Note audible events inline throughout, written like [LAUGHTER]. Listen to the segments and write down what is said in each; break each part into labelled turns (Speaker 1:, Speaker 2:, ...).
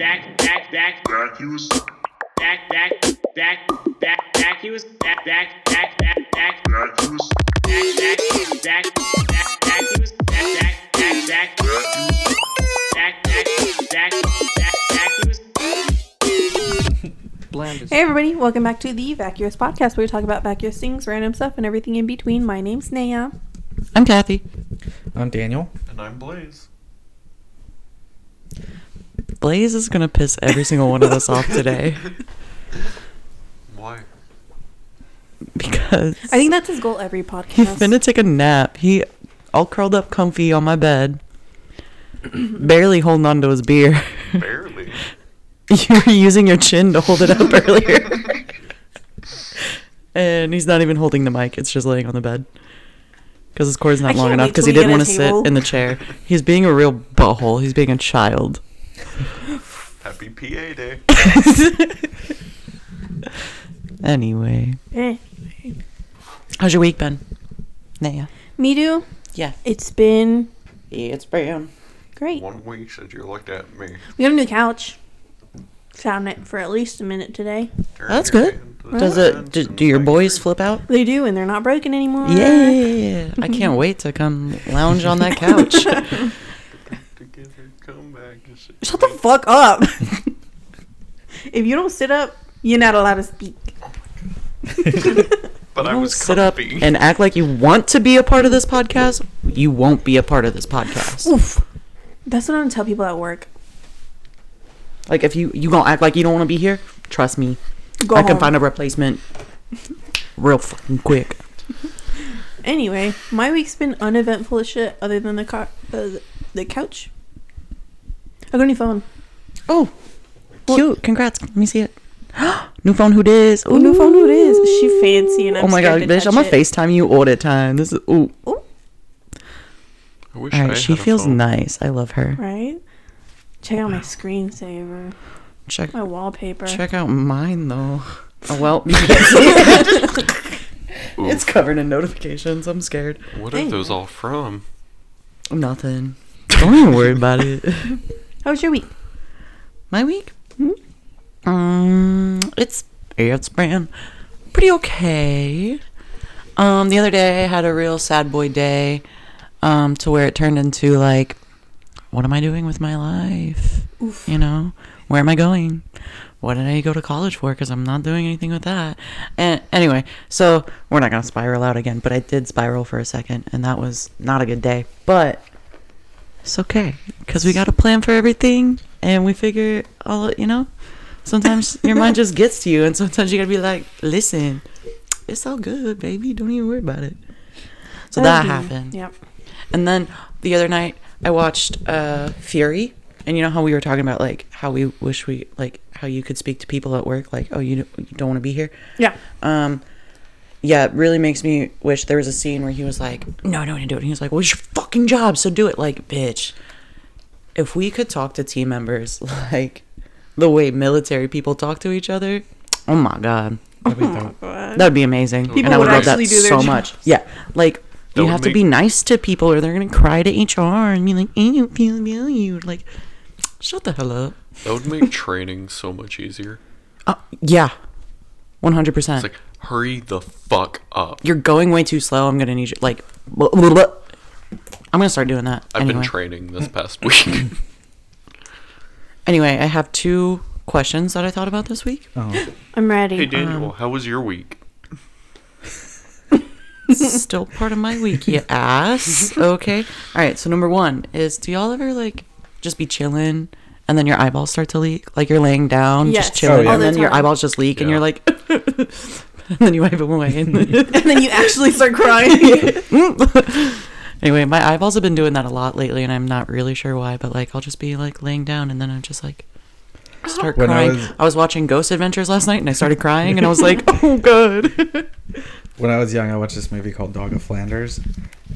Speaker 1: back back back he was back back back back back he was back back back back back back he was back back back back back he was back back back back back back back back back he was
Speaker 2: Bland as
Speaker 3: Hey everybody, welcome back to the Vacuous Podcast where we talk about vacuous things, random stuff, and everything in between. My name's Naya.
Speaker 4: I'm Kathy.
Speaker 2: I'm Daniel.
Speaker 5: And I'm Blaze.
Speaker 4: Blaze is gonna piss every single one of us off today
Speaker 3: [LAUGHS]
Speaker 5: Why?
Speaker 4: because
Speaker 3: I think that's his goal every podcast.
Speaker 4: he's gonna take a nap. He all curled up, comfy on my
Speaker 3: [CLEARS THROAT]
Speaker 4: bed, barely holding on to his beer. [LAUGHS]
Speaker 5: Barely.
Speaker 4: you were using your chin to hold it up
Speaker 3: [LAUGHS]
Speaker 4: earlier, and he's not even holding the mic. It's just laying on the bed because his cord's
Speaker 3: I
Speaker 4: not long
Speaker 3: can't
Speaker 4: enough
Speaker 3: wait
Speaker 4: because
Speaker 3: till
Speaker 4: he
Speaker 3: we
Speaker 4: didn't
Speaker 3: get a
Speaker 4: want to sit
Speaker 3: table.
Speaker 4: in the chair. He's being a real butthole. He's being a child.
Speaker 5: Happy
Speaker 4: [LAUGHS]
Speaker 5: PA Day.
Speaker 4: Anyway,
Speaker 3: Eh.
Speaker 4: how's your week been? Naya.
Speaker 3: Me too.
Speaker 4: Yeah.
Speaker 3: It's been
Speaker 4: It's been.
Speaker 3: great.
Speaker 5: One week since you looked at me.
Speaker 3: We got a new couch. Found it for at least a minute today.
Speaker 5: Turn
Speaker 4: That's
Speaker 5: your
Speaker 4: good.
Speaker 5: hand to the
Speaker 4: Does
Speaker 5: fence
Speaker 4: it? Do,
Speaker 5: and
Speaker 4: do your
Speaker 5: make
Speaker 4: boys
Speaker 5: sure-
Speaker 4: flip out?
Speaker 3: They do, and they're not broken anymore.
Speaker 4: Yeah,
Speaker 3: [LAUGHS]
Speaker 4: I can't wait to come lounge on that couch.
Speaker 5: Together, come back and sit
Speaker 3: Shut the fuck up. [LAUGHS] if you don't sit up, you're not allowed to speak.
Speaker 4: [LAUGHS]
Speaker 3: [LAUGHS]
Speaker 5: But I
Speaker 4: Don't
Speaker 5: was
Speaker 4: sit up
Speaker 5: comfy.
Speaker 4: and act like you want to be a part of this podcast. You won't be a part of this podcast.
Speaker 3: Oof. That's what I tell people at work.
Speaker 4: Like if you you gonna act like you don't want to be here, trust me,
Speaker 3: Go
Speaker 4: I
Speaker 3: home.
Speaker 4: can find
Speaker 3: [LAUGHS]
Speaker 4: a replacement real fucking quick.
Speaker 3: Anyway, my week's been uneventful as shit, other than the car, the, the couch. I got a new phone.
Speaker 4: Oh, cute! Congrats. Let me see it. [GASPS] new phone. Who dis?
Speaker 3: Oh, new phone. Who it is? She fancy, and I'm
Speaker 4: oh my god,
Speaker 3: scared to
Speaker 4: bitch!
Speaker 3: touch
Speaker 4: I'm gonna
Speaker 3: it.
Speaker 4: Facetime you all the time. This is ooh.
Speaker 5: I wish
Speaker 4: All
Speaker 5: I
Speaker 4: right, she
Speaker 5: had a
Speaker 4: feels
Speaker 5: phone.
Speaker 4: nice. I love her.
Speaker 3: Right. Check out my screensaver,
Speaker 4: Check
Speaker 3: my wallpaper.
Speaker 4: Check out mine though. Oh [LAUGHS] well, it's covered in notifications. I'm scared.
Speaker 5: What are those all from?
Speaker 4: Nothing. Don't even worry about it.
Speaker 3: How was your week?
Speaker 4: [LAUGHS] My week? Hmm? Um, it's it's been pretty okay. Um, the other day I had a real sad boy day. Um, to where it turned into like, what am I doing with my life? You know, where am I going? What did I go to college for? Because I'm not doing anything with that. And anyway, so we're not gonna spiral out again. But I did spiral for a second, and that was not a good day. But it's okay because we got a plan for everything and we figure all you know sometimes your mind just gets to you and sometimes you gotta be like listen it's all good baby don't even worry about it so that
Speaker 3: That'll do.
Speaker 4: happened
Speaker 3: Yep.
Speaker 4: and then the other night i watched uh fury and you know how we were talking about like how we wish we like how you could speak to people at work like oh you don't- you don't want to be here
Speaker 3: Yeah.
Speaker 4: um, yeah, it really makes me wish there was a scene where he was like, "No, I don't want to do it." And he was like, "Well, it's your fucking job, so do it." Like, bitch, if we could talk to team members [LAUGHS] like the way military people talk to each other, oh my god, that'd be amazing.
Speaker 3: Oh People would actually do their
Speaker 4: so
Speaker 3: job.
Speaker 4: much. Yeah, like you
Speaker 5: That would
Speaker 4: have to
Speaker 5: make-
Speaker 4: be nice to people, or they're gonna cry to HR and be like, "I don't feel valued." Like, shut the hell up.
Speaker 5: That
Speaker 4: [LAUGHS]
Speaker 5: would make training so much easier.
Speaker 4: Uh, yeah, one hundred percent.
Speaker 5: It's like, hurry the fuck up.
Speaker 4: you're going way too slow. I'm gonna need you. Like, blah, blah, blah. I'm gonna start doing that.
Speaker 5: I've
Speaker 4: anyway.
Speaker 5: been training this past [LAUGHS] week.
Speaker 4: anyway, I have two questions that I thought about
Speaker 3: [LAUGHS]
Speaker 4: this week.
Speaker 3: I'm ready.
Speaker 5: hey Daniel, how was your week?
Speaker 4: Still part of my week, you ass. Okay. All right. So number one is, do y'all ever like just be chilling and then your eyeballs start to leak? Like you're laying down,
Speaker 3: Yes.
Speaker 4: just chilling,
Speaker 3: Oh, yeah.
Speaker 4: and
Speaker 3: All
Speaker 4: then
Speaker 3: the
Speaker 4: your
Speaker 3: time.
Speaker 4: eyeballs just leak, and
Speaker 5: Yeah.
Speaker 4: you're like, [LAUGHS] and then you wipe them
Speaker 3: [LAUGHS]
Speaker 4: away. and-
Speaker 3: and [LAUGHS] then you actually start
Speaker 4: [LAUGHS]
Speaker 3: crying.
Speaker 4: anyway, my eyeballs have been doing that a lot lately, and I'm not really sure why, but like I'll just be like laying down, and then I'm just like start
Speaker 2: When
Speaker 4: crying.
Speaker 2: I
Speaker 4: I
Speaker 2: was-
Speaker 4: was... watching Ghost Adventures last night, and I started crying, and I was
Speaker 2: [LAUGHS]
Speaker 4: like, oh god. [LAUGHS]
Speaker 2: When I was young, I watched this movie called Dog of Flanders,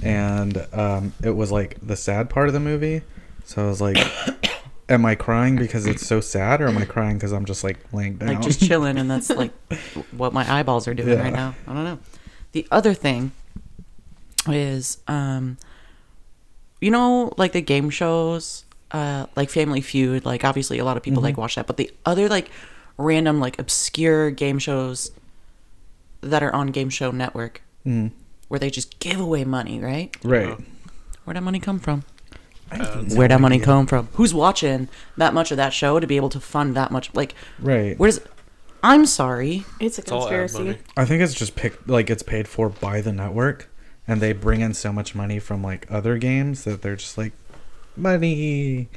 Speaker 2: and um, it was like the sad part of the movie. So I was like, [COUGHS] "Am I crying because it's so sad, or am I crying because I'm just like laying down?"
Speaker 4: like just chilling, and that's like [LAUGHS] what my eyeballs are doing
Speaker 2: Yeah.
Speaker 4: right now. I don't know. The other thing is, um, you know, like the game shows uh, like Family Feud. Like obviously a lot of people like
Speaker 2: Mm-hmm.
Speaker 4: watch that, but the other like random like obscure game shows that are on Game Show Network
Speaker 2: Mm.
Speaker 4: where they just give away money, right?
Speaker 2: [LAUGHS] Right.
Speaker 4: Where'd that money come from?
Speaker 2: I have no
Speaker 4: Where'd that money
Speaker 2: idea.
Speaker 4: come from? Who's watching that much of that show to be able to fund that much? Like,
Speaker 2: Right.
Speaker 4: where's? I'm sorry.
Speaker 3: It's a
Speaker 5: It's all ad money.
Speaker 3: conspiracy.
Speaker 2: I think it's just picked like it's paid for by the network, and they bring in so much money from like other games that they're just like money,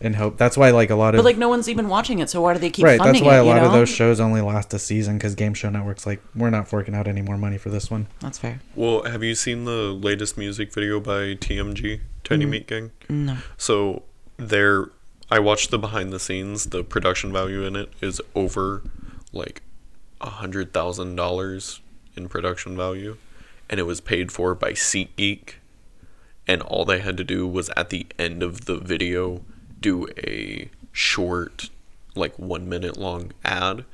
Speaker 2: and hope. That's why like a lot of
Speaker 4: But like no one's even watching it, so why do they keep
Speaker 2: right. That's
Speaker 4: funding
Speaker 2: why
Speaker 4: it?
Speaker 2: a
Speaker 4: you
Speaker 2: lot of
Speaker 4: know?
Speaker 2: those shows only last a season because Game Show Network's like we're not forking out any more money for this one.
Speaker 4: That's fair.
Speaker 5: Well, have you seen the latest music video by TMG,
Speaker 4: Hmm.
Speaker 5: Tiny Meat Gang?
Speaker 4: No.
Speaker 5: So there, I watched the behind the scenes. The production value in it is over like a hundred thousand dollars in production value, and it was paid for by SeatGeek. And all they had to do was at the end of the video do a short, like one minute long ad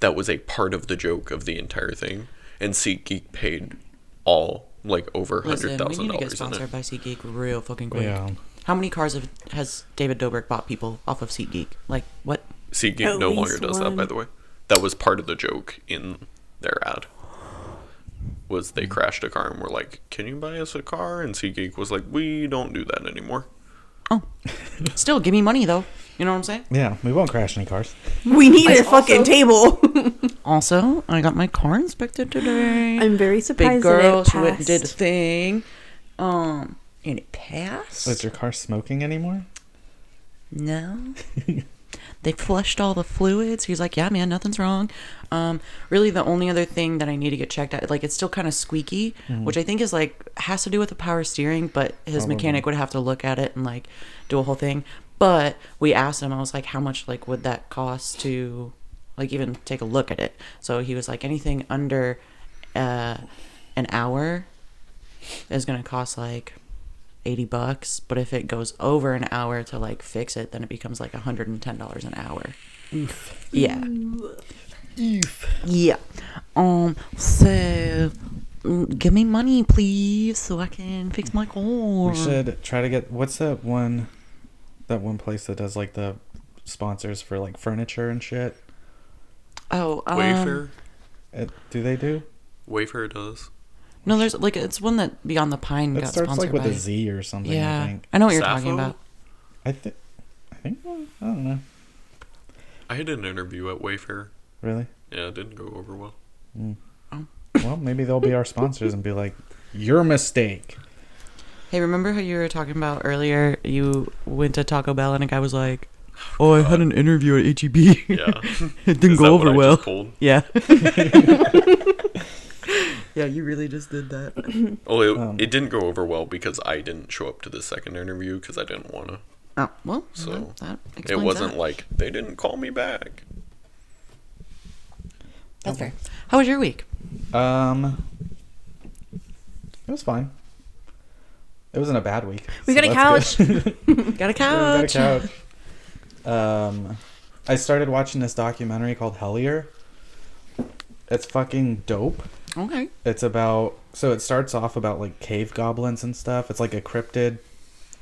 Speaker 5: that was a part of the joke of the entire thing. And SeatGeek paid all like over a
Speaker 4: Listen,
Speaker 5: hundred
Speaker 4: we
Speaker 5: thousand
Speaker 4: need to get
Speaker 5: dollars in it.
Speaker 4: sponsored by SeatGeek real fucking quick.
Speaker 2: Yeah.
Speaker 4: How many cars have, has David Dobrik bought people off of SeatGeek? Like what?
Speaker 5: SeatGeek
Speaker 3: At
Speaker 5: no longer
Speaker 3: least
Speaker 5: does that, by
Speaker 3: one.
Speaker 5: the way. That was part of the joke in their ad. Was
Speaker 4: Mm.
Speaker 5: they crashed a car and were like, "Can you buy us a car?" And SeatGeek was like, "We don't do that anymore."
Speaker 4: Still, give me money though. You know what I'm saying?
Speaker 2: Yeah, we won't crash any cars.
Speaker 3: We need a fucking
Speaker 4: [LAUGHS]
Speaker 3: table.
Speaker 4: Also, I got my car inspected today.
Speaker 3: I'm very
Speaker 4: Big
Speaker 3: surprised.
Speaker 4: girl,
Speaker 3: that it
Speaker 4: she went and did a
Speaker 3: passed.
Speaker 4: thing. Um, and it passed.
Speaker 2: Is your car smoking anymore?
Speaker 4: No. they flushed all the fluids. He's like, yeah, man, nothing's wrong. Um, really, the only other thing that I need to get checked out, like, it's still kind of squeaky, which I think is like has to do with the power steering, but his mechanic would have to look at it and like do a whole thing. But we asked him, I was like, how much like would that cost to like even take a look at it? So he was like, anything under uh, an hour is gonna cost like 80 bucks but if it goes over an hour to like fix it then it becomes like $110 an hour yeah yeah um so mm, give me money please so i can fix my car
Speaker 2: We should try to get what's that one, that one place that does like the sponsors for like furniture and shit.
Speaker 4: oh um,
Speaker 5: Wayfair,
Speaker 2: Uh, do they do?
Speaker 5: Wayfair does.
Speaker 4: no there's like it's one that beyond the pine
Speaker 2: It
Speaker 4: got
Speaker 2: starts like
Speaker 4: sponsored
Speaker 2: with
Speaker 4: by
Speaker 2: a Z or something.
Speaker 4: yeah
Speaker 2: I
Speaker 4: i,
Speaker 2: think.
Speaker 4: know what you're talking
Speaker 5: Sappho?
Speaker 4: about
Speaker 2: I think. I think. I don't know.
Speaker 5: I had an interview at Wayfair.
Speaker 2: Really.
Speaker 5: Yeah, it didn't go over well.
Speaker 2: Well, maybe they'll be our sponsors and be like, "Your mistake."
Speaker 4: hey remember how you were talking about earlier you went to taco bell and a guy was like oh i had an interview at heb
Speaker 5: [LAUGHS] Yeah,
Speaker 4: [LAUGHS] it
Speaker 5: Is
Speaker 4: didn't
Speaker 5: that
Speaker 4: go
Speaker 5: what
Speaker 4: over
Speaker 5: I
Speaker 4: well
Speaker 5: just pulled?
Speaker 4: [LAUGHS] Yeah. yeah, you really just did that.
Speaker 5: Oh, it,
Speaker 2: Um.
Speaker 5: it didn't go over well because I didn't show up to the second interview because I didn't want to.
Speaker 4: Oh, well, so
Speaker 5: So,
Speaker 4: that explains
Speaker 5: It wasn't
Speaker 4: that.
Speaker 5: like they didn't call me back.
Speaker 4: That's fair. How was your week?
Speaker 2: Um. It was fine. It wasn't a bad week.
Speaker 3: We got a
Speaker 2: that's good.
Speaker 4: Got a
Speaker 2: We got a
Speaker 4: couch.
Speaker 2: couch. Um, I started watching this documentary called Hellier. It's fucking dope.
Speaker 4: Okay.
Speaker 2: It's about so it starts off about like cave goblins and stuff. It's like a cryptid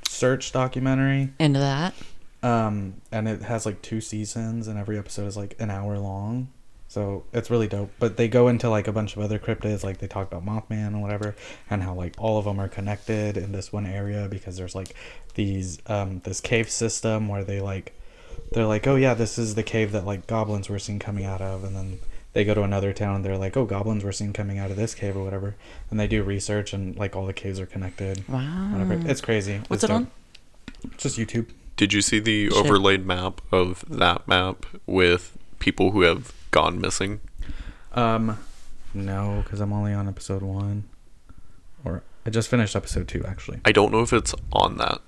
Speaker 2: search documentary.
Speaker 4: Into that.
Speaker 2: Um, and it has like two seasons, and every episode is like an hour long. So it's really dope. But they go into like a bunch of other cryptids, like they talk about Mothman and whatever, and how like all of them are connected in this one area because there's like these um this cave system where they like they're like, oh yeah, this is the cave that like goblins were seen coming out of, and then they go to another town and they're like, oh, goblins were seen coming out of this cave or whatever, and they do research and like all the caves are connected.
Speaker 4: Wow.
Speaker 2: Whatever. It's crazy.
Speaker 4: What's
Speaker 2: It's
Speaker 4: it
Speaker 2: dope.
Speaker 4: on?
Speaker 2: It's just YouTube.
Speaker 5: Did you see the
Speaker 4: Shit.
Speaker 5: overlaid map of that map with people who have gone missing?
Speaker 2: Um, no, because I'm only on episode one, or I just finished episode two actually.
Speaker 5: I don't know if it's on that,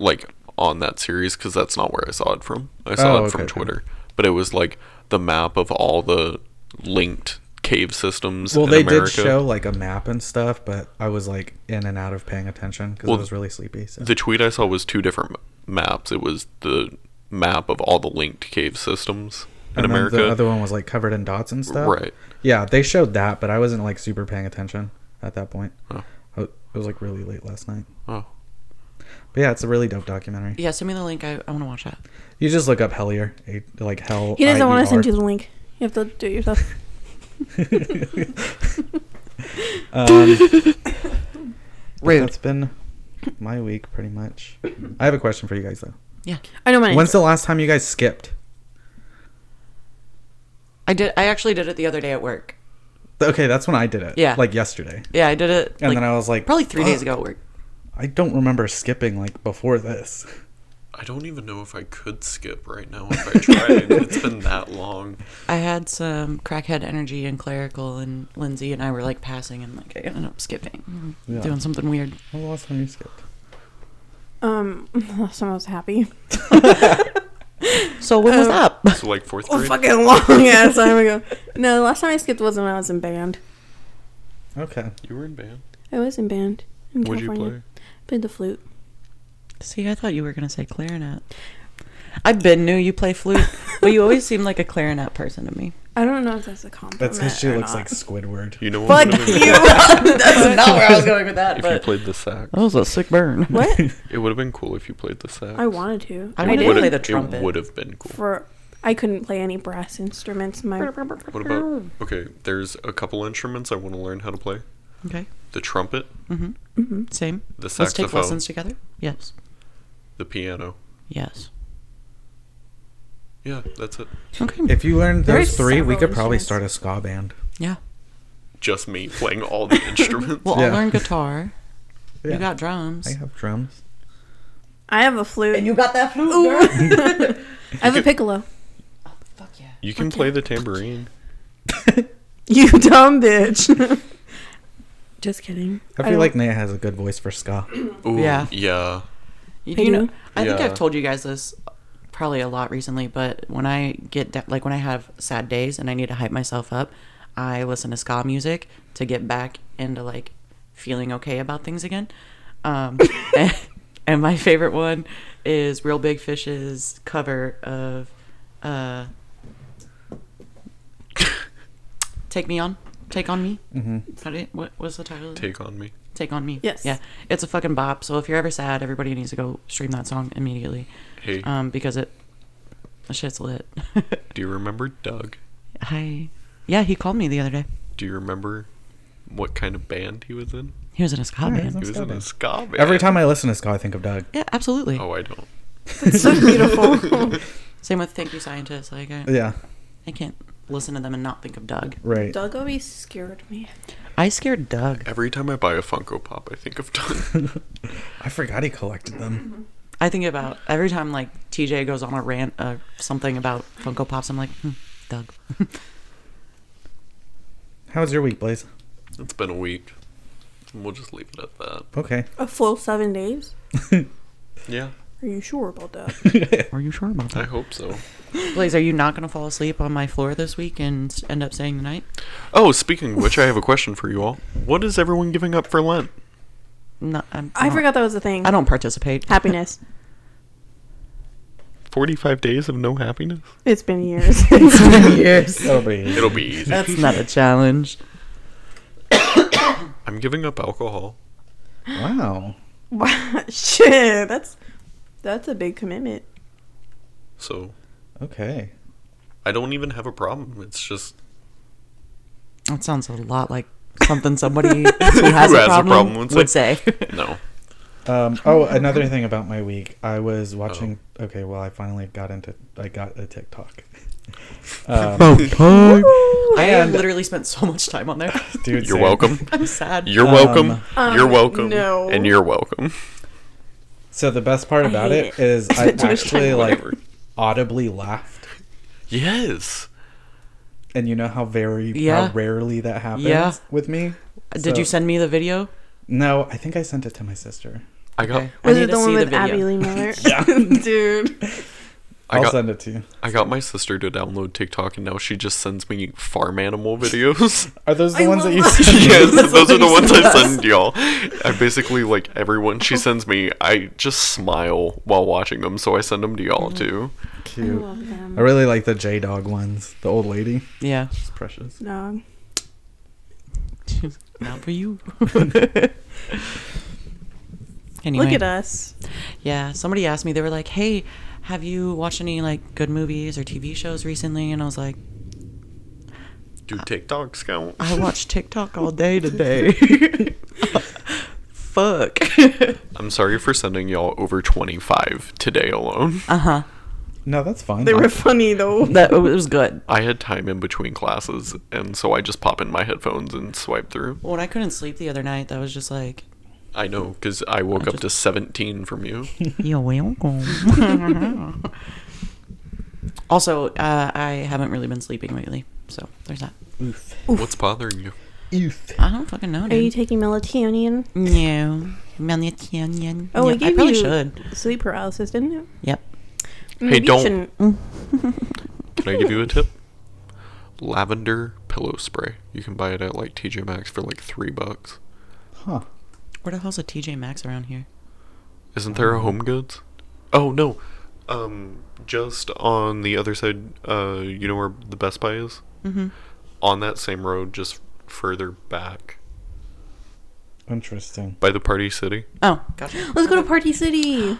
Speaker 5: like on that series, because that's not where I saw it from. I saw
Speaker 2: Oh,
Speaker 5: it from
Speaker 2: okay, okay.
Speaker 5: Twitter, but it was like the map of all the linked cave systems.
Speaker 2: Well,
Speaker 5: in
Speaker 2: they
Speaker 5: America.
Speaker 2: did show like a map and stuff, but I was like in and out of paying attention because
Speaker 5: Well,
Speaker 2: I was really sleepy. So.
Speaker 5: The tweet I saw was two different m- maps. It was the map of all the linked cave systems in
Speaker 2: and then
Speaker 5: America.
Speaker 2: the other one was like covered in dots and stuff.
Speaker 5: Right.
Speaker 2: Yeah, they showed that, but I wasn't like super paying attention at that point.
Speaker 5: Oh.
Speaker 2: I- It was like really late last night.
Speaker 5: Oh.
Speaker 2: But yeah, it's a really dope documentary.
Speaker 4: Yeah, send me the link. I, I want to watch that.
Speaker 2: You just look up Hellier, eh, like hell. E
Speaker 3: He doesn't want to send
Speaker 2: IER.
Speaker 3: you the link. You have to do it
Speaker 5: [LAUGHS]
Speaker 3: yourself. [LAUGHS]
Speaker 2: [LAUGHS] Um,
Speaker 4: Rude.
Speaker 2: that's been my week, pretty much. I have a question for you guys though.
Speaker 4: Yeah.
Speaker 3: I know my
Speaker 2: When's the last time you guys skipped?
Speaker 4: I did. I actually did it the other day at work.
Speaker 2: Okay, that's when I did it.
Speaker 4: Yeah.
Speaker 2: like yesterday.
Speaker 4: Yeah, I did it.
Speaker 2: And
Speaker 4: like,
Speaker 2: then I was like,
Speaker 4: probably three days
Speaker 2: "Fuck,
Speaker 4: ago at work.
Speaker 2: I don't remember skipping like before this. [LAUGHS]
Speaker 5: I don't even know if I could skip right now if I
Speaker 2: [LAUGHS]
Speaker 5: tried. it's been that long.
Speaker 4: I had some crackhead energy and clerical, and Lindsay and I were like passing, and like I ended up skipping,
Speaker 2: Yeah.
Speaker 4: doing something weird.
Speaker 2: When was the last time you skipped?
Speaker 3: um [LAUGHS] last time I was happy.
Speaker 4: So when was
Speaker 3: Um,
Speaker 4: up? [LAUGHS]
Speaker 5: So like fourth
Speaker 3: Oh
Speaker 5: grade.
Speaker 3: fucking [LAUGHS] long ass time ago. No, the last time I skipped was when I was in band.
Speaker 2: Okay.
Speaker 5: You were in band.
Speaker 3: I was in band in
Speaker 5: What'd you
Speaker 3: California.
Speaker 5: play?
Speaker 3: Played the flute.
Speaker 4: See, I thought you were gonna say clarinet. I been knew you play [LAUGHS] flute, but you always seemed like a clarinet person to me.
Speaker 3: I don't know if that's a compliment.
Speaker 2: That's because she
Speaker 3: or
Speaker 2: looks
Speaker 3: not.
Speaker 2: like Squidward.
Speaker 5: You know
Speaker 4: Fuck
Speaker 5: what? would've been
Speaker 4: you! [LAUGHS]
Speaker 5: cool?
Speaker 4: That's not where I was going with that.
Speaker 5: If you
Speaker 4: [LAUGHS] But
Speaker 5: played the sax,
Speaker 4: that was a sick burn.
Speaker 3: [LAUGHS]
Speaker 4: [LAUGHS]
Speaker 3: what?
Speaker 5: it would have been cool if you played the sax.
Speaker 3: I wanted to.
Speaker 4: I
Speaker 3: I,
Speaker 4: wanted
Speaker 5: It
Speaker 4: to
Speaker 3: did
Speaker 5: would've-
Speaker 4: play the trumpet.
Speaker 5: It would have been cool.
Speaker 3: for I couldn't play any brass instruments. My
Speaker 5: What about? Okay, there's a couple instruments I want to learn how to play.
Speaker 4: Okay.
Speaker 5: The trumpet,
Speaker 4: Same.
Speaker 5: the
Speaker 4: Let's take
Speaker 5: saxophone,
Speaker 4: lessons together. Yes.
Speaker 5: the piano.
Speaker 4: Yes.
Speaker 5: Yeah, that's it.
Speaker 4: Okay.
Speaker 2: If you learned
Speaker 3: There
Speaker 2: those
Speaker 3: is
Speaker 2: three, we
Speaker 3: several
Speaker 2: could probably
Speaker 3: instruments.
Speaker 2: start a ska band.
Speaker 4: yeah.
Speaker 5: Just me playing all
Speaker 3: [LAUGHS]
Speaker 5: the instruments.
Speaker 4: Well,
Speaker 2: Yeah.
Speaker 4: I'll learn guitar.
Speaker 2: Yeah.
Speaker 4: You got drums.
Speaker 2: I have drums.
Speaker 3: I have a flute.
Speaker 4: you got that flute, girl.
Speaker 3: I have a piccolo.
Speaker 4: [LAUGHS] Fuck yeah.
Speaker 5: you can play the tambourine.
Speaker 3: You dumb bitch. [LAUGHS] Just kidding.
Speaker 2: I feel
Speaker 3: don't-
Speaker 2: like Naya has a good voice for ska.
Speaker 5: Ooh,
Speaker 4: Yeah.
Speaker 5: yeah.
Speaker 4: You,
Speaker 3: I
Speaker 4: you know,
Speaker 3: do.
Speaker 4: I think
Speaker 5: Yeah.
Speaker 4: I've told you guys this probably a lot recently, but when I get da- like when I have sad days and I need to hype myself up, I listen to ska music to get back into like feeling okay about things again. Um, and, and my favorite one is Real Big Fish's cover of uh, [LAUGHS] "Take Me On." Take on me. Mm-hmm. How did, what was the title? of it?
Speaker 5: Take on me.
Speaker 4: Take on me.
Speaker 3: Yes.
Speaker 4: Yeah. It's a fucking bop. So if you're ever sad, everybody needs to go stream that song immediately.
Speaker 5: Hey,
Speaker 4: Um, because it the shit's lit. [LAUGHS]
Speaker 5: do you remember Doug?
Speaker 4: Hi. Yeah, he called me the other day.
Speaker 5: Do you remember what kind of band he was in?
Speaker 4: He was in a ska
Speaker 2: Yeah,
Speaker 4: band.
Speaker 5: He was
Speaker 2: Ska
Speaker 5: in a
Speaker 2: band.
Speaker 5: ska band.
Speaker 2: Every time I listen to ska, I think of Doug.
Speaker 4: Yeah, absolutely.
Speaker 5: Oh, I don't.
Speaker 3: so beautiful.
Speaker 4: Same with Thank You Scientist. Like I,
Speaker 2: Yeah,
Speaker 4: I can't listen to them and not think of Doug.
Speaker 2: right.
Speaker 3: Doug always scared me.
Speaker 4: I scared Doug.
Speaker 5: Every time I buy a Funko Pop, I think of Doug. [LAUGHS]
Speaker 2: I forgot he collected them.
Speaker 4: I think about every time like TJ goes on a rant uh, something about Funko Pops. I'm like, hmm, Doug.
Speaker 2: How was your week, Blaze?
Speaker 5: it's been a week. We'll just leave it at that.
Speaker 2: Okay.
Speaker 3: A full seven days.
Speaker 5: Yeah,
Speaker 3: Are you sure about that?
Speaker 4: Are you sure about
Speaker 5: I
Speaker 4: that?
Speaker 5: hope so.
Speaker 4: Blaze, are you not gonna fall asleep on my floor this week and s- end up staying the night?
Speaker 5: Oh, speaking of which, I have a question for you all. What is everyone giving up for Lent?
Speaker 4: No, I'm,
Speaker 3: I
Speaker 4: don't-
Speaker 3: forgot that was a thing.
Speaker 4: I don't participate.
Speaker 3: Happiness.
Speaker 5: 45 days of no happiness?
Speaker 3: It's been years. [LAUGHS]
Speaker 4: [LAUGHS]
Speaker 5: [LAUGHS]
Speaker 2: That'll be.
Speaker 5: It'll be easy.
Speaker 4: That's not a challenge.
Speaker 5: I'm giving up alcohol.
Speaker 2: Wow.
Speaker 3: Wow, [LAUGHS] Shit, that's that's a big commitment.
Speaker 5: So
Speaker 2: Okay.
Speaker 5: I don't even have a problem. It's just
Speaker 4: That sounds a lot like something somebody who has, a, problem
Speaker 5: would
Speaker 4: would,
Speaker 5: say.
Speaker 4: say.
Speaker 5: [LAUGHS] no.
Speaker 4: [LAUGHS]
Speaker 2: Um, oh, another thing about my week, I was
Speaker 5: Oh.
Speaker 2: watching. Okay, well, I finally got into. I got a TikTok. [LAUGHS] Um,
Speaker 4: I
Speaker 2: And-
Speaker 4: literally spent so much time on there.
Speaker 2: dude,
Speaker 5: You're
Speaker 2: same.
Speaker 5: welcome.
Speaker 4: [LAUGHS] I'm sad.
Speaker 5: You're
Speaker 2: Um,
Speaker 5: welcome.
Speaker 3: Um,
Speaker 5: you're welcome.
Speaker 3: no.
Speaker 5: And
Speaker 3: [LAUGHS]
Speaker 5: you're welcome.
Speaker 2: So the best part about
Speaker 3: hate
Speaker 2: it
Speaker 3: it.
Speaker 2: is I
Speaker 3: Spent too much
Speaker 2: actually
Speaker 3: time
Speaker 2: like
Speaker 5: Whatever.
Speaker 2: audibly laughed,
Speaker 5: Yes.
Speaker 2: and you know how very
Speaker 4: Yeah.
Speaker 2: how rarely that happens
Speaker 4: Yeah.
Speaker 2: with me.
Speaker 4: Did you
Speaker 2: So-
Speaker 4: send me the video?
Speaker 2: No, I think I sent it to my sister.
Speaker 5: I got
Speaker 4: Okay. I
Speaker 3: Was
Speaker 4: need
Speaker 3: it
Speaker 4: to
Speaker 3: the one
Speaker 4: see
Speaker 3: with
Speaker 4: the
Speaker 3: [LAUGHS]
Speaker 4: video.
Speaker 3: Abby Lee Miller? [LAUGHS]
Speaker 5: [LAUGHS]
Speaker 3: dude.
Speaker 5: I
Speaker 2: I'll
Speaker 5: got
Speaker 2: send it to you.
Speaker 5: I got my sister to download TikTok and now she just sends me farm
Speaker 4: [LAUGHS]
Speaker 5: animal videos. [LAUGHS]
Speaker 2: Are those the
Speaker 3: I
Speaker 2: ones that
Speaker 3: love
Speaker 2: you?
Speaker 3: that.
Speaker 2: sent?
Speaker 5: yes, those
Speaker 4: what
Speaker 5: are the
Speaker 4: you
Speaker 5: ones
Speaker 4: sent
Speaker 5: I
Speaker 4: us.
Speaker 5: send y'all. I basically like everyone she sends me, I just smile while watching them, so I send them to y'all
Speaker 4: Mm-hmm.
Speaker 5: too.
Speaker 2: Cute.
Speaker 3: Love
Speaker 2: I
Speaker 3: them.
Speaker 2: really like the J Dog ones. The old lady.
Speaker 4: [LAUGHS] Yeah.
Speaker 2: She's precious.
Speaker 3: No.
Speaker 4: [LAUGHS] Not for you. Anyway,
Speaker 3: Look at us.
Speaker 4: Yeah, somebody asked me. They were like, "Hey, have you watched any like good movies or TV shows recently?" And I was like,
Speaker 5: Do TikToks count?
Speaker 3: [LAUGHS]
Speaker 4: "I watched TikTok all day today." [LAUGHS] Fuck. [LAUGHS]
Speaker 5: I'm sorry for sending y'all over 25 today alone.
Speaker 4: uh
Speaker 3: Uh-huh.
Speaker 4: huh.
Speaker 2: No, that's fine.
Speaker 3: They were funny though.
Speaker 4: That it was good.
Speaker 5: I had time in between classes, and so I just pop in my headphones and swipe through.
Speaker 4: When I couldn't sleep the other night, that was just like,
Speaker 5: I know, because I woke up to 17
Speaker 4: [LAUGHS]
Speaker 5: from you.
Speaker 4: "You're welcome." [LAUGHS] also, uh, I haven't really been sleeping lately, so there's that.
Speaker 2: Oof.
Speaker 5: What's bothering you?
Speaker 2: Oof.
Speaker 4: I don't fucking know.
Speaker 3: Are you [LAUGHS]
Speaker 4: Dude.
Speaker 3: taking melatonin?
Speaker 4: no, melatonin.
Speaker 3: Oh,
Speaker 4: yeah,
Speaker 3: I gave
Speaker 4: I probably
Speaker 3: you
Speaker 4: should.
Speaker 3: sleep paralysis, didn't it?
Speaker 4: Yep.
Speaker 3: Maybe you
Speaker 5: don't.
Speaker 3: shouldn't.
Speaker 5: Can I give you a tip? Lavender pillow spray. You can buy it at like TJ Maxx for like three bucks.
Speaker 2: Huh.
Speaker 4: Where the hell's a TJ Maxx around here?
Speaker 5: Isn't there a Home Goods? Oh no, um, just on the other side. Uh, you know where the Best Buy is?
Speaker 4: Mhm.
Speaker 5: On that same road, just further back
Speaker 2: Interesting.
Speaker 5: by the Party City.
Speaker 4: Oh, gotcha.
Speaker 3: Let's go to Party [GASPS] City.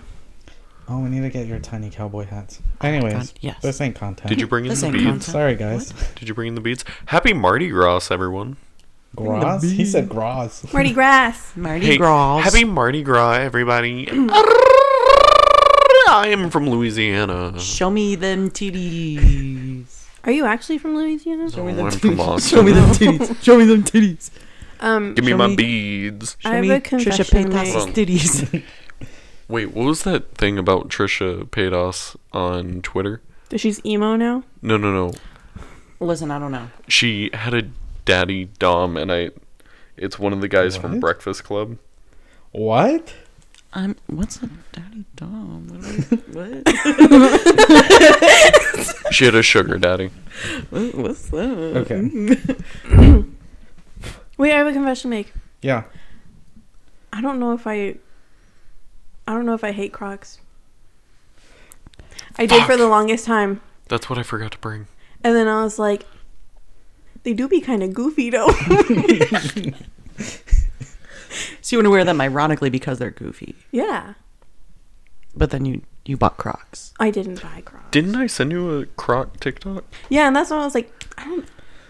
Speaker 2: Oh, we need to get your tiny cowboy hats. Anyways,
Speaker 4: Oh God, yes.
Speaker 2: this ain't content.
Speaker 5: Did you bring in
Speaker 4: This
Speaker 5: the
Speaker 4: ain't
Speaker 5: beads?
Speaker 4: content.
Speaker 2: Sorry, guys.
Speaker 5: Did you bring in the beads? Happy Mardi Gras, everyone!
Speaker 2: Gross. He said gross.
Speaker 3: Mardi Gras.
Speaker 4: Mardi Gras.
Speaker 5: happy Mardi Gras, everybody!
Speaker 4: [CLEARS THROAT]
Speaker 5: I am from Louisiana.
Speaker 4: Show me them titties.
Speaker 3: Are you actually from Louisiana?
Speaker 4: [LAUGHS]
Speaker 5: Oh, I'm from
Speaker 4: Show me
Speaker 5: Austin.
Speaker 4: them titties. Show me them titties.
Speaker 3: Um,
Speaker 5: Give me
Speaker 4: Show
Speaker 5: my
Speaker 4: me-
Speaker 5: beads.
Speaker 4: Show
Speaker 3: I have
Speaker 4: me
Speaker 3: a
Speaker 4: Trisha
Speaker 3: confession to
Speaker 4: Paytas'
Speaker 5: make.
Speaker 4: titties. [LAUGHS]
Speaker 5: Wait, what was that thing about Trisha Paytas on Twitter?
Speaker 3: she's emo now.
Speaker 5: No, no, no.
Speaker 4: Listen, I don't know.
Speaker 5: She had a daddy dom, and I. It's one of the guys from
Speaker 2: What?
Speaker 5: Breakfast Club.
Speaker 2: What?
Speaker 4: I'm. What's a daddy dom? What? do I-
Speaker 5: She had a sugar daddy.
Speaker 4: what? What's that?
Speaker 2: Okay.
Speaker 3: Wait, I have a confession to make.
Speaker 2: Yeah.
Speaker 3: I don't know if I. I don't know if I hate Crocs. I did for
Speaker 5: Fuck.
Speaker 3: the longest time,
Speaker 5: That's what I forgot to bring.
Speaker 3: and then I was like, they do be kind of goofy
Speaker 2: [LAUGHS]
Speaker 3: though.
Speaker 4: So you want to wear them ironically because they're goofy,
Speaker 3: yeah,
Speaker 4: but then you you bought Crocs.
Speaker 3: I didn't buy Crocs.
Speaker 5: Didn't I send you a croc TikTok?
Speaker 3: Yeah, and that's why I was like, I don't,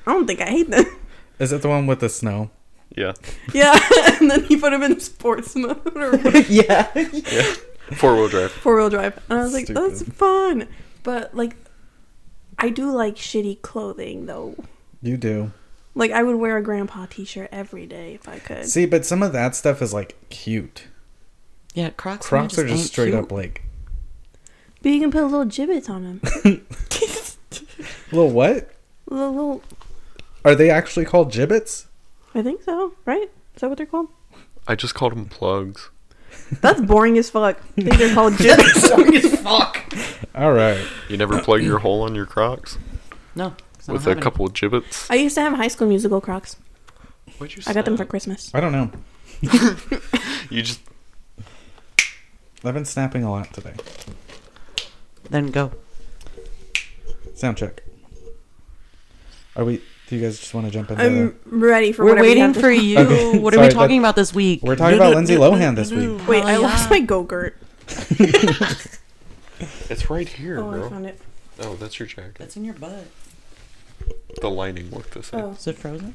Speaker 3: I don't think I hate them. [LAUGHS]
Speaker 2: Is it the one with the snow?
Speaker 5: Yeah.
Speaker 3: yeah, [LAUGHS] and then he put them in sports mode or
Speaker 4: [LAUGHS]
Speaker 2: [LAUGHS]
Speaker 4: yeah.
Speaker 5: Four wheel drive.
Speaker 3: four wheel drive, and I was like,
Speaker 2: Stupid.
Speaker 3: that's fun. But like, I do like shitty clothing though.
Speaker 2: You do.
Speaker 3: Like I would wear a grandpa t-shirt every day if I could.
Speaker 2: See, but some of that stuff is like cute.
Speaker 4: Yeah. Crocs. to me
Speaker 2: Crocs are just
Speaker 4: ain't
Speaker 2: straight
Speaker 4: cute.
Speaker 2: up like
Speaker 3: But you can put little gibbets on
Speaker 2: [LAUGHS]
Speaker 3: them.
Speaker 2: little what?
Speaker 3: little, little,
Speaker 2: Are they actually called gibbets?
Speaker 3: I think so, right? Is that what they're called?
Speaker 5: I just called them plugs.
Speaker 3: That's boring as fuck. I think they're
Speaker 2: [LAUGHS]
Speaker 3: called gibbets.
Speaker 2: All right.
Speaker 5: You never plug your hole on your crocs
Speaker 4: No. 'cause I don't
Speaker 5: with
Speaker 4: have
Speaker 5: a
Speaker 4: any.
Speaker 5: couple of gibbets.
Speaker 3: I used to have High School Musical Crocs.
Speaker 5: What'd you
Speaker 3: I got them for
Speaker 5: snap?
Speaker 3: Christmas.
Speaker 2: I don't know.
Speaker 5: You just
Speaker 2: I've been snapping a lot today.
Speaker 4: Then go.
Speaker 2: Sound check. Are we? Do you guys just want to jump into?
Speaker 3: I'm
Speaker 2: the-
Speaker 3: ready for.
Speaker 4: We're
Speaker 3: whatever you
Speaker 4: waiting
Speaker 3: have to-
Speaker 4: [LAUGHS] for you.
Speaker 2: Okay,
Speaker 4: What are
Speaker 2: sorry,
Speaker 4: we talking
Speaker 2: that-
Speaker 4: about this week?
Speaker 2: We're talking about Lindsay Lohan this week.
Speaker 3: Wait,
Speaker 4: Oh,
Speaker 3: I lost
Speaker 4: yeah.
Speaker 3: my go-gurt.
Speaker 5: It's right here,
Speaker 3: Oh, I
Speaker 5: bro.
Speaker 3: found it.
Speaker 5: Oh, that's your jacket.
Speaker 4: That's in your butt.
Speaker 5: The lining looked the same.
Speaker 3: Oh,
Speaker 4: Is it
Speaker 5: [LAUGHS]
Speaker 4: frozen?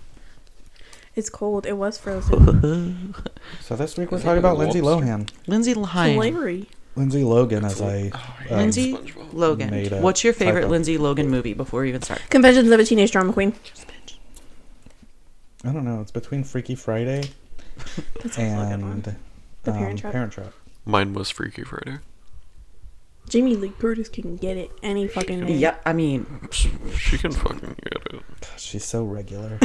Speaker 3: it's cold. It was frozen.
Speaker 2: So this week we're
Speaker 5: Is it
Speaker 2: talking about
Speaker 5: a
Speaker 2: Lindsay
Speaker 5: lobster?
Speaker 2: Lohan.
Speaker 4: Lindsay Lohan.
Speaker 3: Slavery.
Speaker 2: Lindsay Logan, as I um,
Speaker 4: Lindsay
Speaker 5: SpongeBob.
Speaker 4: Logan.
Speaker 2: Made a
Speaker 4: What's your favorite
Speaker 2: typo.
Speaker 4: Lindsay Logan movie before we even start?
Speaker 3: Confessions of a Teenage Drama Queen.
Speaker 2: I don't know. It's between Freaky Friday and
Speaker 3: The Parent
Speaker 2: um,
Speaker 3: Trap.
Speaker 2: Parent Trap.
Speaker 5: Mine was Freaky Friday.
Speaker 3: Jamie Lee Curtis can get it any fucking day.
Speaker 4: Yeah, I [LAUGHS] mean,
Speaker 5: She can fucking get it.
Speaker 2: God, she's so regular.